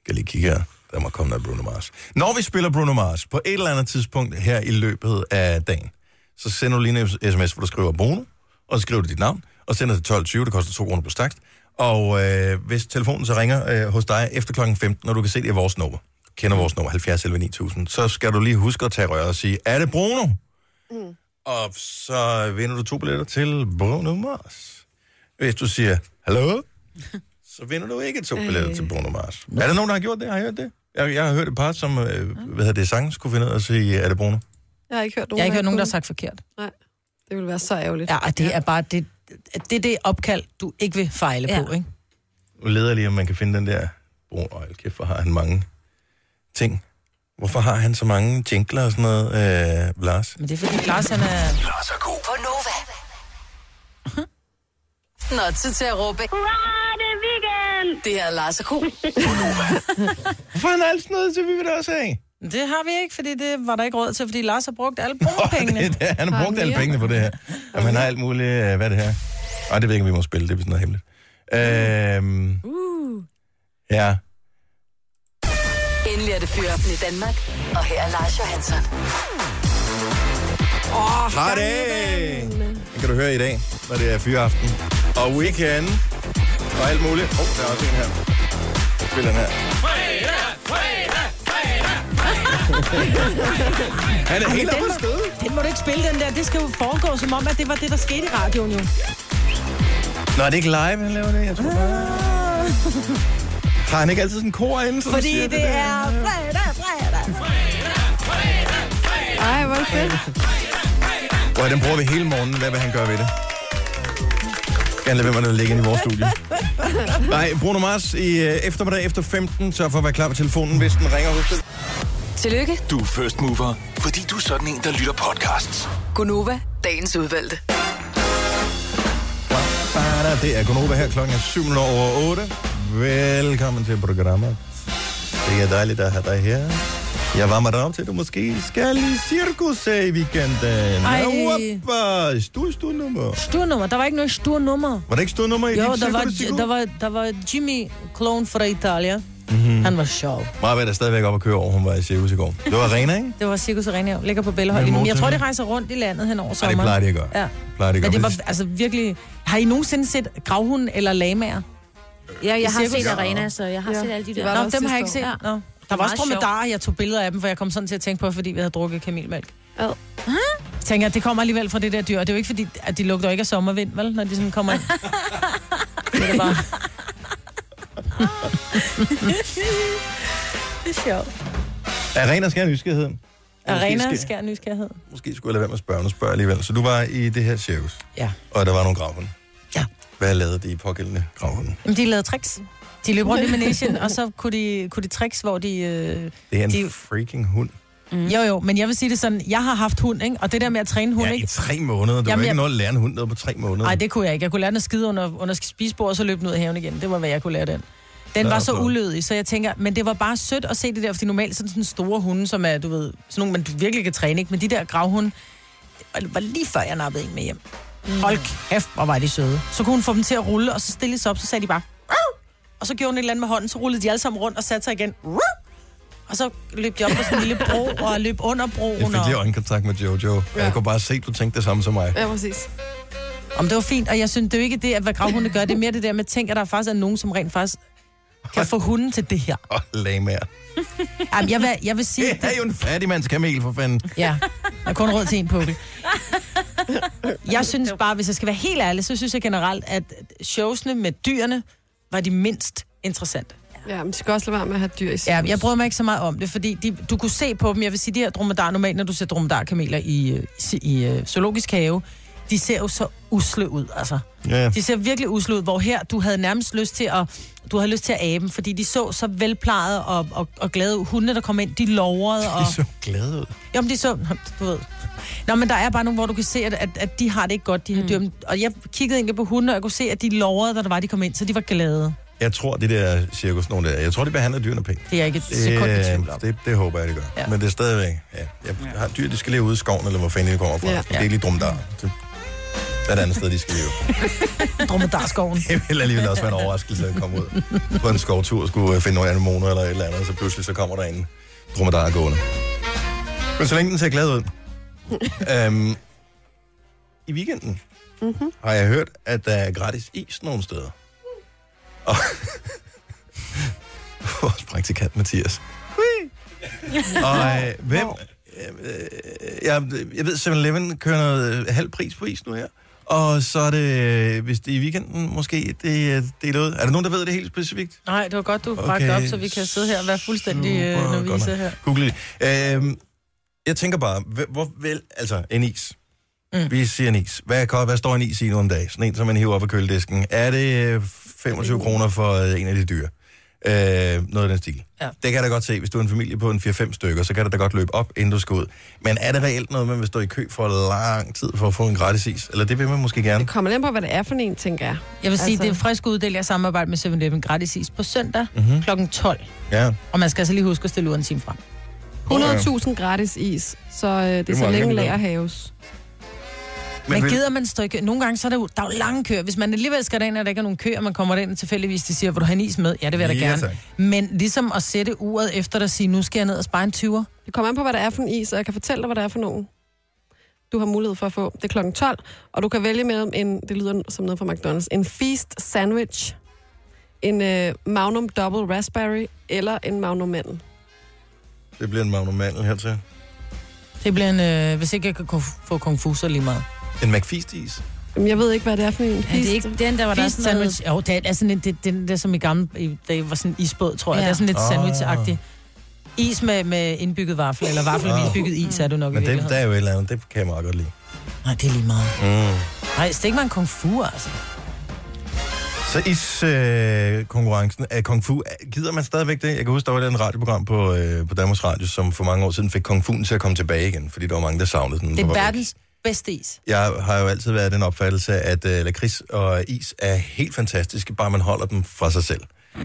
Speaker 1: Jeg kan lige kigge her. Der må komme noget Bruno Mars. Når vi spiller Bruno Mars på et eller andet tidspunkt her i løbet af dagen, så sender du lige en sms, hvor du skriver Bruno, og så skriver du dit navn, og sender til 12.20, det koster 2 kroner på stakst. Og øh, hvis telefonen så ringer øh, hos dig efter klokken 15, når du kan se, det er vores nummer, du kender vores nummer 70 11 9000, så skal du lige huske at tage røret og sige, er det Bruno?
Speaker 13: Mm.
Speaker 1: Og så vinder du to billetter til Bruno Mars. Hvis du siger, hallo, så vinder du ikke to billetter til Bruno Mars. Er der nogen, der har gjort det? Har I hørt det? Jeg, jeg har hørt et par, som øh, hvad hedder det, sangen skulle finde ud af at sige, er det Bruno?
Speaker 4: Jeg har ikke hørt nogen,
Speaker 3: Jeg har ikke hørt nogen, der har
Speaker 4: kunne.
Speaker 3: sagt forkert.
Speaker 4: Nej, det ville være så ærgerligt.
Speaker 3: Ja, og det er bare det, det, er det opkald, du ikke vil fejle ja. på, ikke?
Speaker 1: Nu leder jeg lige, om man kan finde den der Bruno. Øj, kæft, hvor har han mange ting. Hvorfor har han så mange jingler og sådan noget, øh, Lars?
Speaker 3: Men det er fordi Lars, han er...
Speaker 1: Lars er god.
Speaker 5: På Nova. Nå, tid til at råbe. Hurra, det er weekend! Det her er Lars og Co.
Speaker 1: Hvorfor har han altid noget, så vi vil det også have?
Speaker 3: Det har vi ikke, fordi det var der ikke råd til, fordi Lars har brugt alle brugpengene.
Speaker 1: Det, det, han har brugt alle pengene på det her. Jamen, han har alt muligt, øh, hvad er det her? Ej, det ved jeg ikke, om vi må spille, det er vist noget hemmeligt. Øhm,
Speaker 5: Uh.
Speaker 1: ja.
Speaker 5: Endelig er det fyraften i Danmark, og her er Lars Johansson.
Speaker 1: Åh, oh, har det! Den kan du høre i dag, når det er fyreaften. Og weekend. Og alt muligt. Åh, oh, der er også en her. Jeg spiller den her. Han er helt
Speaker 3: Den
Speaker 1: oppe
Speaker 3: må-
Speaker 1: at skide.
Speaker 3: Den må du ikke spille, den der. Det skal jo foregå, som om, at det var det, der skete i radioen jo.
Speaker 1: Nå, er det ikke live, han laver det? Jeg tror bare... Har han ikke altid sådan en kor inde? som
Speaker 3: Ah. Fordi
Speaker 1: siger
Speaker 3: det
Speaker 1: der?
Speaker 3: er fredag, fredag.
Speaker 4: Ej, hvor er det fedt.
Speaker 1: Hvor den bruger vi hele morgenen. Hvad vil han gøre ved det? Skal han lade være med at ligge ind i vores studie? Nej, Bruno Mars i øh, eftermiddag efter 15, så for at være klar på telefonen, hvis den ringer hos dig.
Speaker 5: Tillykke,
Speaker 6: Du er first mover, fordi du er sådan en, der lytter podcasts.
Speaker 5: Gunova, dagens udvalgte.
Speaker 1: Bada, Det er Gunova her klokken 7 over 8. Velkommen til programmet. Det er dejligt at have dig her. Jeg varmer dig op til, at du måske skal i cirkus her i weekenden.
Speaker 3: Ej.
Speaker 1: Hoppa, stor, stor nummer.
Speaker 3: Sturnummer. Der var ikke noget sturnummer.
Speaker 1: Var det ikke stor nummer i
Speaker 3: Jo,
Speaker 1: dit
Speaker 3: der var,
Speaker 1: cirkus?
Speaker 3: der, var, der var Jimmy Clone fra Italia.
Speaker 1: Mm-hmm.
Speaker 3: Han var sjov.
Speaker 1: Maja er stadigvæk op og køre over, hun var i cirkus i går. Det var Arena, ikke?
Speaker 3: Det var Cirkus Arena, jeg ligger på Bellehøj.
Speaker 1: Med
Speaker 3: Men jeg
Speaker 1: motor.
Speaker 3: tror, det rejser rundt i landet hen over
Speaker 1: det
Speaker 3: sommeren.
Speaker 1: plejer de at gøre.
Speaker 3: Ja.
Speaker 1: Plejer de at
Speaker 3: Men
Speaker 1: gøre.
Speaker 3: det var altså virkelig... Har I nogensinde set gravhunden eller lamaer?
Speaker 2: Ja,
Speaker 3: I
Speaker 2: jeg har
Speaker 3: cirkus?
Speaker 2: set Arena, så jeg har
Speaker 3: Ja.
Speaker 2: set alle de
Speaker 3: Det
Speaker 2: der.
Speaker 3: var der Nå, også dem har jeg sidste ikke år. set.
Speaker 2: Ja.
Speaker 3: Nå. Der var også dromedarer, jeg tog billeder af dem, for jeg kom sådan til at tænke på, fordi vi havde drukket kamelmælk.
Speaker 4: Ad.
Speaker 3: Tænker, jeg, det kommer alligevel fra det der dyr. Og det er jo ikke fordi, at de lugter ikke af sommervind, vel, når de sådan kommer ind. det er da bare... det er sjovt.
Speaker 1: Arena skal have nysgerrighed. Måske
Speaker 3: Arena
Speaker 1: skal-
Speaker 3: skær nysgerrighed.
Speaker 1: Måske skulle jeg lade være med at spørge, nu spørger jeg alligevel. Så du var i det her cirkus,
Speaker 3: Ja.
Speaker 1: og der var nogle gravhunde. Hvad lavede de pågældende gravhunde?
Speaker 3: Jamen, de lavede tricks. De løb rundt i manesien, og så kunne de, kunne de tricks, hvor de... Øh,
Speaker 1: Det er en
Speaker 3: de
Speaker 1: freaking hund.
Speaker 3: Mm. Jo, jo, men jeg vil sige det sådan, jeg har haft hund, ikke? og det der med at træne hund,
Speaker 1: Ja, i
Speaker 3: ikke?
Speaker 1: tre måneder. Du har
Speaker 3: Jamen,
Speaker 1: ikke
Speaker 3: jeg-
Speaker 1: noget at lære en hund noget på tre måneder.
Speaker 3: Nej, det kunne jeg ikke. Jeg kunne lære den at skide under, under spisebordet, og så løbe den ud af haven igen. Det var, hvad jeg kunne lære den. Den
Speaker 1: Ja,
Speaker 3: var så
Speaker 1: flot.
Speaker 3: ulødig, så jeg tænker, men det var bare sødt at se det der, fordi normalt sådan sådan store hunde, som er, du ved, sådan nogle, man virkelig kan træne, ikke? Men de der gravhunde, det var lige før jeg nappede en med hjem. Mm. Hold kæft, hvor var de søde. Så kunne hun få dem til at rulle, og så stille sig op, så sagde de bare, "Au!" og så gjorde hun et eller andet med hånden, så rullede de alle sammen rundt og satte sig igen. "Au!" Og så løb de op på sådan en lille bro, og løb under broen.
Speaker 1: Jeg fik lige
Speaker 3: og...
Speaker 1: øjenkontakt med Jojo. Ja. Jeg kunne bare se, at du tænkte det samme som mig.
Speaker 3: Ja, præcis. Om det var fint, og jeg synes, det er jo ikke det, at hvad gravhunde gør, det er mere det der med, tænk, at der faktisk er nogen, som rent faktisk kan få hunden til det her.
Speaker 1: Og lag med.
Speaker 3: Jamen, jeg vil, jeg vil sige...
Speaker 1: Det er jo en fattigmandskamel, for fanden.
Speaker 3: Ja, jeg har kun råd til en pukkel. Jeg synes bare, hvis jeg skal være helt ærlig, så synes jeg generelt, at showsene med dyrene var de mindst interessante.
Speaker 4: Ja, men de skal også lade være med at have dyr i
Speaker 3: Ja, jeg bryder mig ikke så meget om det, fordi de, du kunne se på dem. Jeg vil sige, de her dromedar, normalt når du ser dromedarkameler i, øh, i, i øh, zoologisk have, de ser jo så usle ud, altså.
Speaker 1: Ja.
Speaker 3: De ser virkelig usle ud, hvor her du havde nærmest lyst til at, du havde lyst til at abe dem, fordi de så så velplejede og, og, og glade ud. Hundene, der kom ind, de lovrede. Og,
Speaker 1: De så glade ud.
Speaker 3: jo, men de så, du ved. Nå, men der er bare nogle, hvor du kan se, at, at, at de har det ikke godt, de her mm. dyr. Men- Og jeg kiggede egentlig på hundene, og jeg kunne se, at de lovrede, da der var, de kom ind, så de var glade.
Speaker 1: Jeg tror, det der cirkus, nogen der, jeg tror, de behandler dyrene pænt.
Speaker 3: Det er jeg ikke et sekund i tvivl om.
Speaker 1: Øh, det, det håber jeg, det gør. Ja. Men det er stadigvæk, ja. Jeg har dyr, de skal leve ude i skoven, eller hvor fanden de kommer fra.
Speaker 3: Ja.
Speaker 1: Ja. Det er ikke lige dumt der. Det er et andet sted, de skal leve.
Speaker 3: Dromedarskoven.
Speaker 1: Det vil alligevel også være en overraskelse at komme ud på en skovtur og skulle øh, finde nogle anemoner eller et eller andet, og så pludselig så kommer der en dromedar gående. Men så længe den ser glad ud. øhm, I weekenden
Speaker 13: Mm-hmm.
Speaker 1: har jeg hørt, at der er gratis is nogle steder. Og vores praktikant Mathias. Og øh, hvem... Øh, øh, jeg, jeg ved, 7-Eleven kører noget øh, halv pris på is nu her. Og så er det, øh, hvis det er i weekenden måske, det er delt ud. Er der nogen, der ved det helt specifikt?
Speaker 3: Nej, det var godt, du bragte det op, så vi kan sidde her og være fuldstændig øh,
Speaker 1: Super, godt
Speaker 3: nervøse
Speaker 1: nok.
Speaker 3: her.
Speaker 1: Google det. Øhm, jeg tænker bare, hv- hvor vel, altså en is. Mm. Vi siger en is. Hvad, kan, hvad står en is i nu om dagen? Sådan en, som man hiver op af køledisken. Er det øh,
Speaker 3: Uh.
Speaker 1: 25 kroner for øh, en af de dyre? Øh, noget af den stil. Ja. Det kan jeg da godt se. Hvis du er en familie på en 4-5 stykker, så kan det da godt løbe op, inden du skal ud. Men er det reelt noget, man vil stå i kø for lang tid for at få en gratis is? Eller det vil man måske gerne?
Speaker 4: Kommer lidt på, hvad det er for en, tænker jeg.
Speaker 3: Jeg vil sige, altså... det er frisk uddeling af samarbejde med 7-Eleven gratis is på søndag
Speaker 1: Mhm.
Speaker 3: mm-hmm. kl. 12.
Speaker 1: Ja.
Speaker 3: Og man skal altså lige huske at stille ud en time frem.
Speaker 4: 100.000 gratis is, så øh, det,
Speaker 3: Det
Speaker 4: det
Speaker 3: er
Speaker 4: er så
Speaker 3: mange,
Speaker 4: længe
Speaker 3: det der.
Speaker 4: lager haves.
Speaker 3: Men,
Speaker 4: vil-
Speaker 3: men gider man stå i kø? Nogle gange så er der jo, der er jo lange køer. Hvis man alligevel skal derind, og der ikke er nogen køer, og man kommer derind og tilfældigvis, de siger, hvor du har en is med? Ja, det vil jeg da
Speaker 4: Ja,
Speaker 3: gerne.
Speaker 4: tak.
Speaker 3: Men ligesom at sætte uret efter dig og sige, nu skal jeg ned og spare en 20'er.
Speaker 4: Det kommer an på, hvad der er for en is, og jeg kan fortælle dig, hvad der er for nogen. Du har mulighed for at få. Det er kl. 12, og du kan vælge mellem en, det lyder som noget fra McDonald's, en Feast Sandwich, en øh, Magnum Double Raspberry eller en Magnum Mandel.
Speaker 1: Det bliver en magnum mandel hertil.
Speaker 3: Det bliver en, øh, hvis ikke jeg kan ko- få kung fu, så lige meget.
Speaker 1: En McFeast-is?
Speaker 4: Jamen, jeg ved ikke, hvad det er for en.
Speaker 3: Er det ikke den, der var der sådan noget... sandwich? Jo, det er sådan en, det, den der som i gamle, i- da var sådan en isbåd, tror jeg.
Speaker 4: Ja.
Speaker 3: Ja. Det er sådan lidt
Speaker 1: Ah.
Speaker 3: oh. sandwich-agtigt. Is med, med indbygget vaffel, eller vaffel med
Speaker 1: Ah.
Speaker 3: indbygget is, er du nok
Speaker 1: Men det,
Speaker 3: i
Speaker 1: der
Speaker 3: virkeligheden.
Speaker 1: er jo et eller andet, det kan jeg meget godt lide.
Speaker 3: Nej, det er lige meget.
Speaker 1: Mm.
Speaker 3: Nej, stik mig en kung fu, altså.
Speaker 1: Så is-konkurrencen af Kung Fu, øh, gider man stadigvæk det? Jeg kan huske, der var et eller andet radioprogram på, øh, på Danmarks Radio, som for mange år siden fik Kung Fu'en til at komme tilbage igen, fordi der var mange, der savnede den.
Speaker 3: Det er verdens bedste is.
Speaker 1: Jeg har jo altid været af den opfattelse, at øh, lakrids og is er helt fantastiske, bare man holder dem fra sig selv. Øh,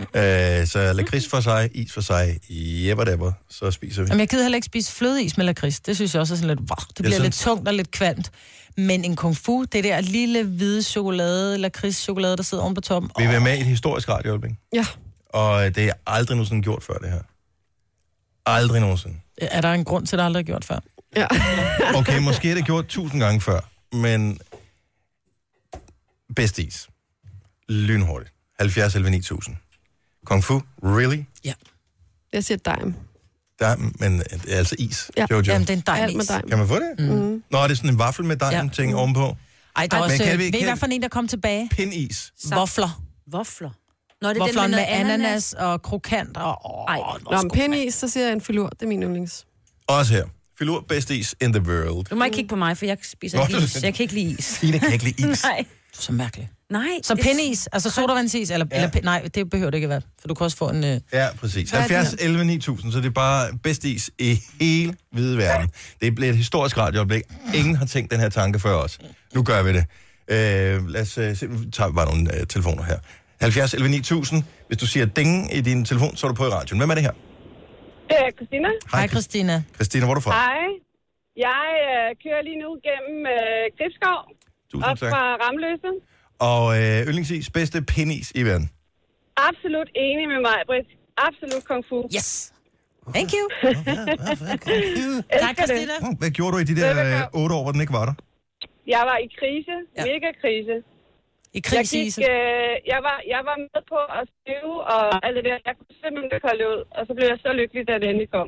Speaker 1: så lakrids for sig, is for sig, jebber dabber, så spiser vi.
Speaker 3: Jamen, jeg gider heller ikke spise flødeis med lakrids. Det synes jeg også er sådan lidt... Wow, det bliver
Speaker 1: synes-
Speaker 3: lidt tungt og lidt kvalmt. Men en kung fu, det der lille hvide chokolade, lakridschokolade, der sidder oven på toppen.
Speaker 1: Vi vil være med i et historisk radioøjeblik,
Speaker 4: Ja.
Speaker 1: og øh, det er aldrig nogensinde gjort før, det her. Aldrig nogensinde.
Speaker 3: Er der en grund til, at det aldrig er gjort før?
Speaker 4: Ja.
Speaker 1: Okay, måske er det gjort tusind gange før, men bedst is. Lynhurtigt. 70 11 9000. Kung Fu, really?
Speaker 4: Jeg siger dejm.
Speaker 1: Der er, men øh, det er altså is,
Speaker 4: Ja.
Speaker 1: Jojo.
Speaker 4: Jamen, det er en dejm Alt med is. dejm.
Speaker 1: Kan man få det? Mm. Nå, det er sådan en vaffel med dejm ja. ting ovenpå.
Speaker 3: Ej, der er
Speaker 1: Men
Speaker 3: også... øh,
Speaker 1: kan vi-
Speaker 3: ved I,
Speaker 1: kan-
Speaker 3: hvad for en, der kom tilbage?
Speaker 1: Pindis.
Speaker 3: Vafler.
Speaker 2: Vafler.
Speaker 3: Nå, det er Vafler den med, med ananas og krokant og... Åh,
Speaker 4: Nå, men pindis, så siger jeg en filur. Det er min yndlings.
Speaker 1: Også her. Filur, best is in the world.
Speaker 2: Du må ikke kigge på mig, for jeg spiser
Speaker 1: Nå,
Speaker 2: ikke
Speaker 1: det-
Speaker 2: is. Jeg kan ikke lide is.
Speaker 1: Signe kan ikke lide is.
Speaker 2: Nej.
Speaker 3: Du er så mærkelig.
Speaker 2: Nej.
Speaker 3: Så
Speaker 2: det-
Speaker 3: pindis, altså sodavandsis, eller,
Speaker 1: Ja.
Speaker 3: ja. eller pi- nej, det behøver det ikke være, for du kan også få en... Øh,
Speaker 1: Ja, præcis.
Speaker 3: Hvad er det?
Speaker 1: 70, 11, 9000, så det er bare bedst is i hele hvide verden. Det bliver et historisk radiooplæg. Ingen har tænkt den her tanke før os. Nu gør vi det. Øh, lad os øh, se, nu tager vi bare nogle øh, telefoner her. 70, 11, 9000. Hvis du siger ding i din telefon, så er du på i radioen. Hvem er det her?
Speaker 13: Det er Christina.
Speaker 3: Hej, Christina.
Speaker 1: Christina, hvor er du fra?
Speaker 13: Hej. Jeg øh, kører lige nu gennem øh, Gribskov.
Speaker 1: Tusind
Speaker 13: op
Speaker 1: tak.
Speaker 13: fra Ramløse.
Speaker 1: Og øh, yndlingsis, bedste pindis i verden.
Speaker 13: Absolut enig med mig, Britt. Absolut kung fu. Yes.
Speaker 3: Thank you.
Speaker 13: tak, Christina.
Speaker 1: Åh, Hm, Hvad gjorde du i de der øh, otte år, hvor den ikke var der?
Speaker 13: Jeg var i krise. Ja. Mega krise.
Speaker 3: I
Speaker 13: Jeg,
Speaker 3: krise,
Speaker 13: gik,
Speaker 3: Ise.
Speaker 13: øh, jeg, var, jeg var med på at skrive, og alt det der. Jeg kunne simpelthen ikke holde ud, og så blev jeg så lykkelig, da det endelig kom.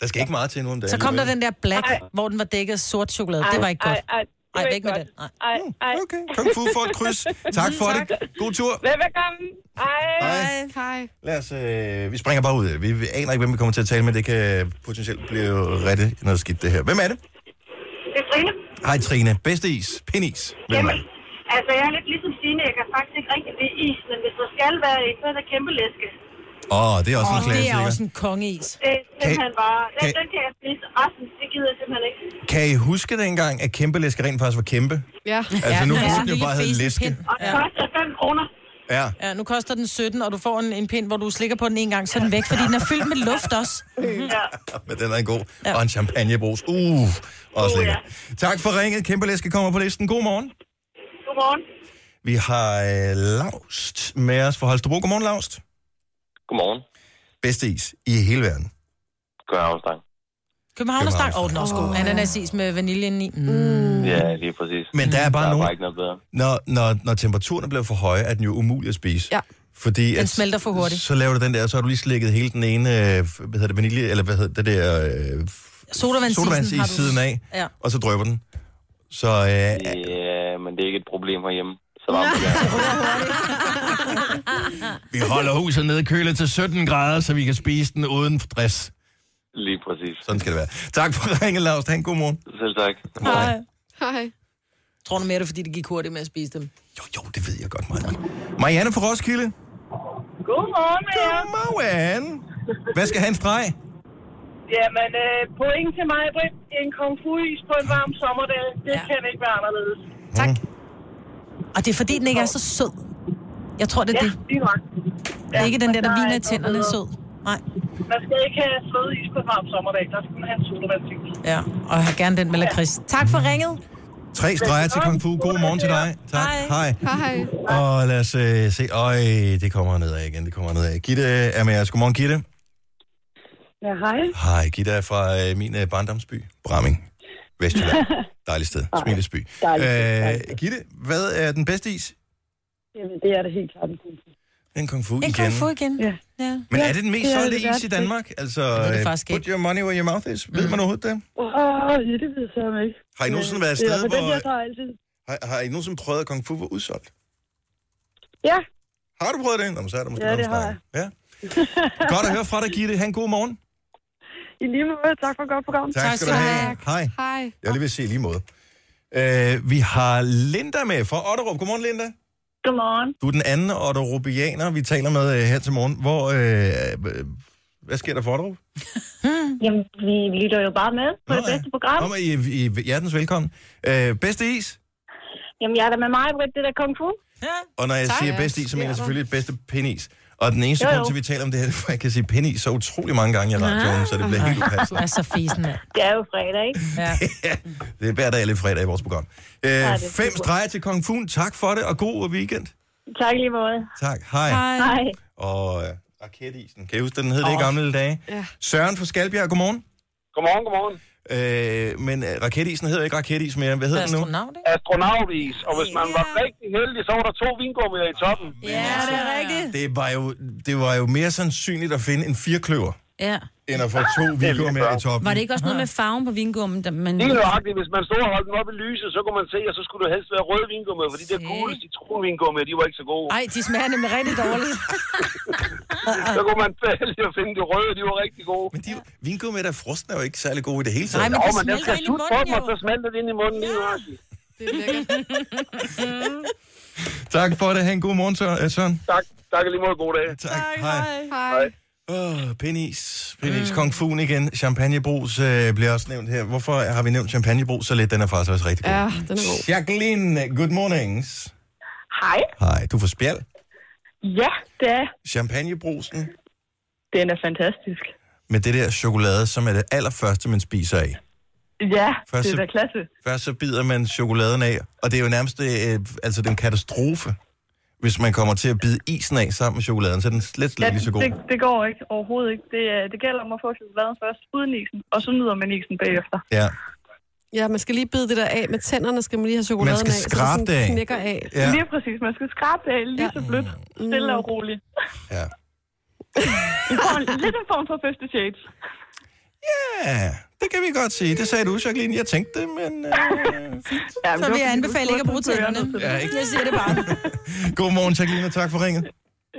Speaker 1: Der skal ikke meget til nu om dagen.
Speaker 3: Så kom der
Speaker 1: vel?
Speaker 3: den der black, hvor den var dækket af sort chokolade.
Speaker 13: Ej,
Speaker 3: det var ikke godt.
Speaker 13: Ej, ej, det
Speaker 3: Ej,
Speaker 13: var
Speaker 3: væk
Speaker 13: ikke
Speaker 3: med
Speaker 13: godt.
Speaker 3: den. Ej.
Speaker 13: Ej, ej. Okay,
Speaker 1: kung fu for et kryds. Tak for det. God tur.
Speaker 13: Velbekomme. Ej.
Speaker 1: Hej.
Speaker 13: Hej.
Speaker 1: Lad os, øh, vi springer bare ud. Vi, vi aner ikke, hvem vi kommer til at tale med. Det kan potentielt blive rigtig noget skidt, det her. Hvem er det?
Speaker 14: Det er Trine.
Speaker 1: Hej Trine. Bedste is. Pindis. Hvem er det?
Speaker 14: Altså, jeg er lidt ligesom Signe. Jeg kan faktisk ikke rigtig lide is, men hvis der skal være en, så er der kæmpe læske.
Speaker 1: Åh, oh, det er også en
Speaker 3: Åh, det
Speaker 1: klassiker.
Speaker 3: er også en kongeis.
Speaker 14: Det er simpelthen bare... Den,
Speaker 1: kan-
Speaker 14: den kan jeg spise. Resten, det gider jeg simpelthen ikke.
Speaker 1: Kan I huske dengang, at kæmpe læske rent faktisk var kæmpe?
Speaker 14: Ja.
Speaker 1: Altså, nu burde det jo bare hedde læske.
Speaker 14: Og det koster 5 kroner.
Speaker 1: Ja.
Speaker 3: Ja, nu koster den 17, og du får en, en pind, hvor du slikker på den en gang, så er den væk, fordi den er fyldt med luft også.
Speaker 14: Ja.
Speaker 1: Men den er en god. Ja. Og en champagnebrus. Uh, også lækker. Tak for ringet. Kæmpe læske kommer på listen. God morgen.
Speaker 14: Godmorgen.
Speaker 1: Vi har øh, Laust med os fra Holstebro. Godmorgen, Laust.
Speaker 15: Godmorgen.
Speaker 1: Bedste is i hele verden.
Speaker 15: Københavnstang.
Speaker 3: Københavnerstang. Åh, oh, den er også god. Ananasis med vanilje i. Mm.
Speaker 15: Ja, lige præcis.
Speaker 1: Men der er bare
Speaker 15: der er
Speaker 1: nogen-
Speaker 15: bare ikke noget bedre.
Speaker 1: Når, når, når temperaturen bliver for høj, er den jo umulig at spise.
Speaker 4: Ja.
Speaker 1: Fordi
Speaker 3: Den smelter for hurtigt.
Speaker 1: Så laver du den der, så har du lige slikket hele den ene, øh, hvad hedder det, vanilje, eller hvad hedder det der... Øh,
Speaker 3: Sodavandsisen
Speaker 1: sodavandsis
Speaker 3: har
Speaker 1: i
Speaker 3: du-
Speaker 1: siden af,
Speaker 3: Ja.
Speaker 1: og så drøber den. Så øh,
Speaker 15: Ja, men det er ikke et problem herhjemme. Så varmt det er.
Speaker 1: vi holder huset nede kølet til 17 grader, så vi kan spise den uden stress.
Speaker 15: Lige præcis.
Speaker 1: Sådan skal det være. Tak for ringen, Lars. Ha' en god morgen.
Speaker 15: Selv tak.
Speaker 3: Hej.
Speaker 4: Hej.
Speaker 3: Tror du mere, det er, fordi det gik hurtigt med at spise dem?
Speaker 1: Det ved jeg godt, Marianne. Marianne fra Roskilde.
Speaker 14: Godmorgen med jer.
Speaker 1: Godmorgen. Hvad skal han streg?
Speaker 14: Jamen, øh, point til mig, Britt. En kung fu is på en varm sommerdag. Det ja. kan ikke være anderledes.
Speaker 3: Tak. Og det er, fordi den ikke er så sød. Jeg tror, det er det.
Speaker 14: Lige nok.
Speaker 3: Det er ikke den der, der
Speaker 14: og
Speaker 3: viner i
Speaker 14: ikke
Speaker 3: tænderne,
Speaker 14: noget
Speaker 3: sød. Nej.
Speaker 14: altså Man skal ikke have sød is på en varm sommerdag. Der skal man have en sodavandsis.
Speaker 3: Ja, og jeg har gerne den med lakrids. Tak for ringet.
Speaker 1: Tre streger til Kung Fu. God morgen til dig. Tak. Hej.
Speaker 4: Hej.
Speaker 1: Og lad os øh, se. Øj, det kommer nedad igen. Det kommer nedad. Gitte er med os. Godmorgen, Gitte.
Speaker 16: Ja, hej.
Speaker 1: Hej, Gitte er fra øh, min øh, barndomsby, Bramming. Vestjylland. Dejligt sted. Smilesby.
Speaker 16: Dejligt sted, dejligt
Speaker 1: Øh, Gitte, hvad er den bedste is?
Speaker 16: Jamen, det er det helt klart en kung fu.
Speaker 1: En Kung Fu
Speaker 16: En
Speaker 1: igen.
Speaker 16: kung fu
Speaker 3: igen.
Speaker 16: Ja. ja.
Speaker 1: Men er det den mest
Speaker 16: det
Speaker 1: solgte
Speaker 16: det
Speaker 1: is i
Speaker 16: værste.
Speaker 1: Danmark? Altså,
Speaker 16: Det ved det
Speaker 1: øh,
Speaker 16: faktisk Mm.
Speaker 1: put your money where your mouth is. Ved man overhovedet det?
Speaker 16: Åh, oh, det ved jeg så ikke.
Speaker 1: Har I nogensinde
Speaker 16: Men,
Speaker 1: været afsted,
Speaker 16: Mm. ja, for Den
Speaker 1: hvor-
Speaker 16: der tager altid.
Speaker 1: Har, har I nogensinde prøvet, at Kung Fu var udsolgt?
Speaker 16: Ja,
Speaker 1: Har du prøvet det? Nå, men så er der måske
Speaker 16: ja
Speaker 1: noget
Speaker 16: det
Speaker 1: om
Speaker 16: har
Speaker 1: snakken.
Speaker 16: jeg.
Speaker 1: Ja. Godt at høre fra dig, Gitte. Ha' en god morgen.
Speaker 16: I lige måde, tak for et godt program.
Speaker 1: Tak, tak skal du have. Hej.
Speaker 4: Hej.
Speaker 1: Jeg vil lige vil sige i lige måde. Øh, vi har Linda med fra Otterup. Godmorgen, Linda.
Speaker 17: Godmorgen.
Speaker 1: Du er den anden otterupianer, vi taler med øh, her til morgen. Hvor, øh, øh, hvad sker der for Otterup?
Speaker 17: Jamen, vi lytter jo bare med på Nå, det bedste program.
Speaker 1: Kom, I, I, I hjertens velkommen. Øh, bedste is.
Speaker 17: Jamen, jeg er da med mig, Britt, det der kung fu. Ja.
Speaker 1: Og når jeg
Speaker 17: Tak.
Speaker 1: tak, siger bedste is, så mener jeg selvfølgelig bedste pindis. Og den eneste
Speaker 17: Jo,
Speaker 1: jo,
Speaker 17: jo. Ah.
Speaker 1: jo. grund til, at vi taler om det her, det er, for at jeg kan sige pindis så utrolig mange gange i radioen, så det bliver helt upassende.
Speaker 3: Du er så fisen, mand.
Speaker 17: Det er jo fredag, ikke?
Speaker 3: Ja.
Speaker 1: Det er hver dag lidt fredag i vores program. Øh,
Speaker 17: Ja, det er
Speaker 1: fem
Speaker 17: super.
Speaker 1: streger til Kong Fun. Tak for det, og god weekend.
Speaker 17: Tak i lige måde.
Speaker 1: Tak. Hej.
Speaker 17: Hej.
Speaker 1: Og øh, raketisen. Kan I huske, den hed det i gamle dage?
Speaker 17: Ja.
Speaker 1: Søren fra Skalbjerg, godmorgen.
Speaker 17: Godmorgen, godmorgen.
Speaker 1: Øh, men øh, raketisen hedder ikke raketis mere. Hvad hedder den nu?
Speaker 3: Astronaut,
Speaker 18: Astronautis, og hvis man var rigtig heldig, så var der to vingummier i toppen.
Speaker 3: Ja, det er rigtigt.
Speaker 1: Det var, jo, det var jo mere sandsynligt at finde en firkløver,
Speaker 2: Ja.
Speaker 1: end at få to vilkår med i toppen.
Speaker 2: Var det ikke også noget med farven på vingummen? Der, man...
Speaker 18: Lige nøjagtigt, hvis man stod og holdt den op i lyset, så kunne man se, at så skulle det helst være røde vingummier, for de der gule citronvingummier, de var ikke så gode.
Speaker 3: Ej, de smager nemlig rigtig dårligt.
Speaker 18: så kunne man vælge at finde de røde, de var rigtig gode.
Speaker 1: Men de, vingummi, der frosten er jo ikke særlig gode i det hele taget.
Speaker 18: Nej, men, jo, men den skal slutte på dem, og så smelter det ind i munden lige nu.
Speaker 4: Det er lækkert.
Speaker 1: Tak for det. Ha' en god morgen, Søren. Øh, Søren.
Speaker 18: Tak. Tak og lige måde. God dag.
Speaker 1: Tak. Hej.
Speaker 4: Hej.
Speaker 1: Oh, pinis. Pinis. Mm. Kong Fun igen. Champagnebrus øh, bliver også nævnt her. Hvorfor har vi nævnt champagnebrus så lidt? Den er faktisk også rigtig god.
Speaker 4: Ja, den er god.
Speaker 1: Jacqueline, good mornings.
Speaker 11: Hej.
Speaker 1: Hej. Du får spjæld.
Speaker 11: Ja, det er.
Speaker 1: Champagnebrusen
Speaker 11: Den er fantastisk.
Speaker 1: med det der chokolade, som er det allerførste, man spiser af.
Speaker 11: Ja,
Speaker 1: Først
Speaker 11: det er
Speaker 1: så-
Speaker 11: da klasse.
Speaker 1: Først så bider man chokoladen af, og det er jo nærmest øh, altså, det er en katastrofe, hvis man kommer til at bide isen af sammen med chokoladen, så er den slet, slet
Speaker 16: Ja,
Speaker 1: ikke lige så god.
Speaker 16: det, det går ikke. Overhovedet ikke. Det, er- det gælder om at få chokoladen først uden isen, og så nyder man isen bagefter.
Speaker 1: Ja.
Speaker 4: Ja, man skal lige bide det der af med tænderne, skal man lige have chokoladen
Speaker 1: Man skal
Speaker 4: af,
Speaker 1: skrabe
Speaker 4: så
Speaker 1: det af.
Speaker 4: sådan knækker af.
Speaker 1: Ja.
Speaker 16: Lige præcis. Man skal skrabe det af lige så blødt.
Speaker 3: Mm.
Speaker 16: Stille og roligt.
Speaker 1: Ja.
Speaker 16: En form, lidt en form for første shades.
Speaker 1: ja, det kan vi godt sige. Det sagde du, Jacqueline. Jeg tænkte det, men... Øh,
Speaker 16: Ja,
Speaker 3: Så vil jeg anbefale ikke at bruge tænderne.
Speaker 1: Ja, ikke?
Speaker 3: Jeg siger det bare.
Speaker 1: Godmorgen, Jacqueline, og tak for ringet.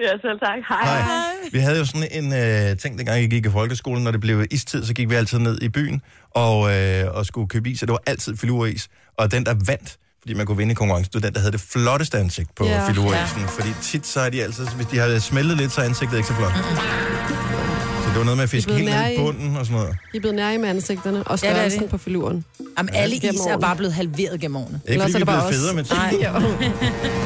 Speaker 16: Ja, selv tak. Hej. Hej.
Speaker 1: Vi havde jo sådan en øh, ting, dengang jeg gik i folkeskolen, når det blev istid, så gik vi altid ned i byen og, øh, og skulle købe is, og det var altid filuris. Og den, der vandt, fordi man kunne vinde i konkurrencen, det var den, der havde det flotteste ansigt på
Speaker 6: Ja.
Speaker 1: yeah. filurisen. Fordi tit så er de altid, hvis de har smeltet lidt, så er ansigtet ikke så flot. Så det var noget med at fiske
Speaker 4: blevet
Speaker 1: helt ned i
Speaker 4: nære i-
Speaker 1: bunden og sådan noget.
Speaker 4: De er blevet nære med ansigterne
Speaker 3: Ja,
Speaker 4: og
Speaker 3: det er det.
Speaker 4: størrelsen ja, på filuren.
Speaker 3: Jamen, alle is er bare blevet halveret gennem årene.
Speaker 1: Det er ikke, fordi vi er blevet federe med tiden.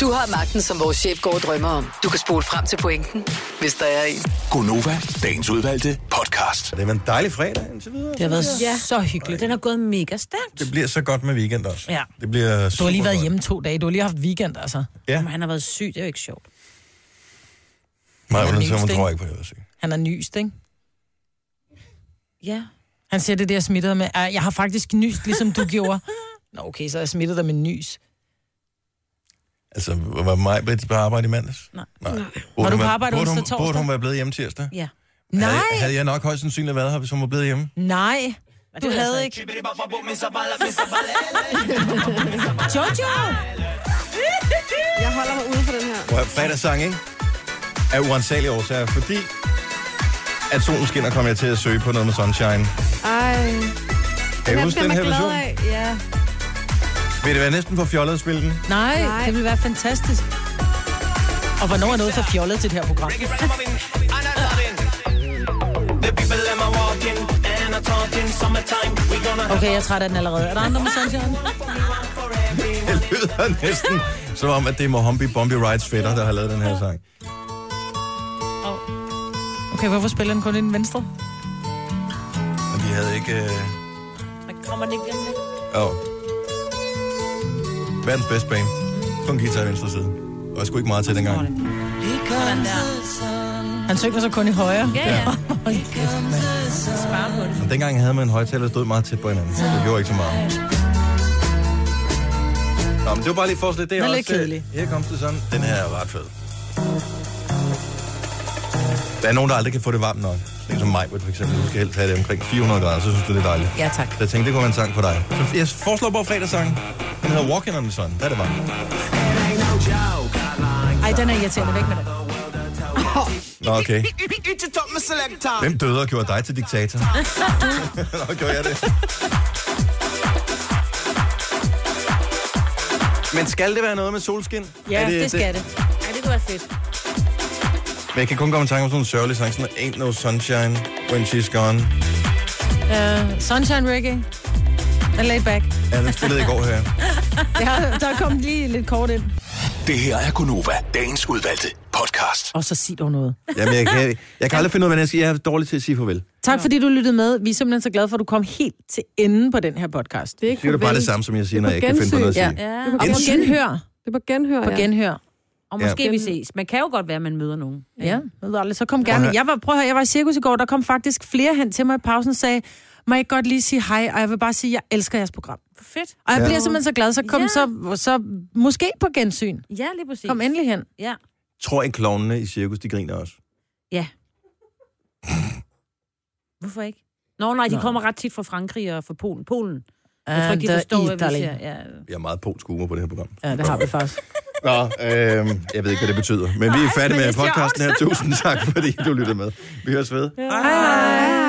Speaker 5: Du har magten, som vores chef går og drømmer om. Du kan spole frem til pointen, hvis der er en.
Speaker 6: Gonova, dagens udvalgte podcast.
Speaker 1: Det var en dejlig fredag indtil videre.
Speaker 3: Det har været ja. så hyggeligt. Den har gået mega stærkt.
Speaker 1: Det bliver så godt med weekend også.
Speaker 3: Ja.
Speaker 1: Det bliver
Speaker 3: Du har lige
Speaker 1: super
Speaker 3: været
Speaker 1: godt.
Speaker 3: hjemme to dage. Du har lige haft weekend, altså.
Speaker 1: Ja.
Speaker 3: Men han har været syg, det er jo ikke sjovt.
Speaker 1: Nej,
Speaker 3: Han er
Speaker 1: men så
Speaker 3: yngst,
Speaker 1: man
Speaker 3: ikke?
Speaker 1: tror ikke på det, jeg vil sige.
Speaker 3: Han er nyst, ikke?
Speaker 2: Ja.
Speaker 3: Han siger, det er det, jeg smittede med. Ah, Jeg har faktisk nyst, ligesom du gjorde. Nå, okay, så har jeg smittet dig med nys.
Speaker 1: Altså, var mig blevet på arbejde i mandags? Nej. Nej.
Speaker 3: Var
Speaker 1: Burde
Speaker 3: du
Speaker 1: hun
Speaker 3: på
Speaker 1: være-
Speaker 3: arbejde
Speaker 1: burde hun-
Speaker 3: onsdag,
Speaker 1: Burde hun
Speaker 3: torsdag?
Speaker 1: være blevet hjemme tirsdag?
Speaker 3: Ja.
Speaker 1: Havde,
Speaker 3: Nej,
Speaker 1: havde jeg nok højst sandsynligt været her, hvis hun var blevet hjemme?
Speaker 3: nej.
Speaker 2: det
Speaker 3: Du
Speaker 2: ved jeg så
Speaker 3: havde altså ikke. Jojo!
Speaker 4: Jeg holder mig ude for den her.
Speaker 1: Og fredagssang, ikke? Af uansagelige årsager, fordi at solen skinner, kommer jeg til at søge på noget med Sunshine.
Speaker 4: Ej.
Speaker 1: Kan I huske den her version?
Speaker 4: af. Ja.
Speaker 1: Vil det være næsten for fjollet at spille den?
Speaker 3: Nej, Nej, det ville være fantastisk. Og hvornår er noget for fjollet til det her program? Okay, jeg er træt af den allerede. Er der andre med Sunshine?
Speaker 1: Det lyder næsten som om, at det er Mohambi Bombi Rides fætter, der har lavet den her sang.
Speaker 3: Okay, hvorfor spiller den kun i den venstre?
Speaker 1: Og de havde ikke... Øh...
Speaker 2: Kommer den ikke hjem lidt?
Speaker 1: Oh. Verdens bedste bane. Kun guitar i venstre side. Der var sgu ikke meget til dengang.
Speaker 2: Sådan der.
Speaker 3: Han synger så kun i højre.
Speaker 2: Ja, ja. Spar på det.
Speaker 1: Og dengang havde man en højtaler, der stod meget tæt på hinanden, så det gjorde ikke så meget. Nå, men det var bare lige for lidt. Det er
Speaker 3: Den
Speaker 1: også,
Speaker 3: er lidt
Speaker 1: øh,
Speaker 3: kedelig.
Speaker 1: Her kom det sådan. Den her er ret fed. Der er nogen, der aldrig kan få det varmt nok. Sådan en som mig, for eksempel. Du skal helst have det omkring 400 grader, så synes du, det er dejligt.
Speaker 3: Ja, tak.
Speaker 1: Så jeg tænkte, det kunne være en sang for dig. Så jeg foreslår bare fredagssangen. Den hedder Walking on the Sun. Der er det varmt.
Speaker 3: Ej, den er irriterende. Væk med den.
Speaker 1: Nå, okay. Hvem døde og gjorde dig til diktator? Nå, gjorde jeg det. Men skal det være noget med solskin?
Speaker 2: Ja,
Speaker 1: Er
Speaker 2: det, det skal det. Ja, det kunne være fedt.
Speaker 1: Men jeg kan kun komme i tanke om sådan en sørgelig sang, sådan Ain't No Sunshine When She's Gone.
Speaker 3: Uh, Sunshine Reggae. And laid back.
Speaker 1: Ja, den spillede i går her.
Speaker 3: Ja, der kom lige lidt kort ind.
Speaker 6: Det her er Gonova, dagens udvalgte podcast.
Speaker 3: Og så sig dog noget.
Speaker 1: Jamen, jeg kan, jeg kan aldrig finde ud af, hvad jeg skal. Jeg er dårlig til at sige farvel.
Speaker 3: Tak fordi du lyttede med. Vi er simpelthen så glade for, at du kom helt til enden på den her podcast. Det er
Speaker 1: ikke Siger du bare farvel. det samme, som jeg siger, når jeg ikke kan finde på noget at sige?
Speaker 3: Ja.
Speaker 2: Ja.
Speaker 3: Og på
Speaker 2: Gensyn.
Speaker 3: genhør.
Speaker 4: Det var genhør,
Speaker 3: På genhør.
Speaker 2: Og
Speaker 1: Ja.
Speaker 2: måske vi ses. Man kan jo godt være, at man møder nogen.
Speaker 3: Ja, ved du aldrig. Så kom
Speaker 1: Prøv
Speaker 3: gerne.
Speaker 1: at høre.
Speaker 3: Jeg var, prøv at høre, jeg var i cirkus i går, der kom faktisk flere hen til mig i pausen og sagde, må jeg ikke godt lige sige hej, og jeg vil bare sige, at jeg elsker jeres program.
Speaker 2: Fedt.
Speaker 3: Og jeg
Speaker 1: Ja.
Speaker 3: ja. bliver simpelthen så glad, så kom
Speaker 2: Ja.
Speaker 3: ja. så, så måske på gensyn.
Speaker 2: Ja, lige præcis.
Speaker 3: Kom endelig hen.
Speaker 2: Ja.
Speaker 1: Tror ikke klovnene i cirkus, de griner også?
Speaker 2: Ja. Hvorfor ikke? Nå, nej, de
Speaker 1: Nå.
Speaker 2: kommer ret tit fra Frankrig og fra Polen. Polen. Jeg tror ikke, de forstår, hvad vi siger. Ja.
Speaker 1: Vi har meget polsk humor på det her program.
Speaker 3: Ja, det har vi faktisk.
Speaker 1: Nå, øh, jeg ved ikke, hvad det betyder. Men vi er færdige med podcasten her. Tusind tak, fordi du lyttede med. Vi høres ved.
Speaker 4: Hej.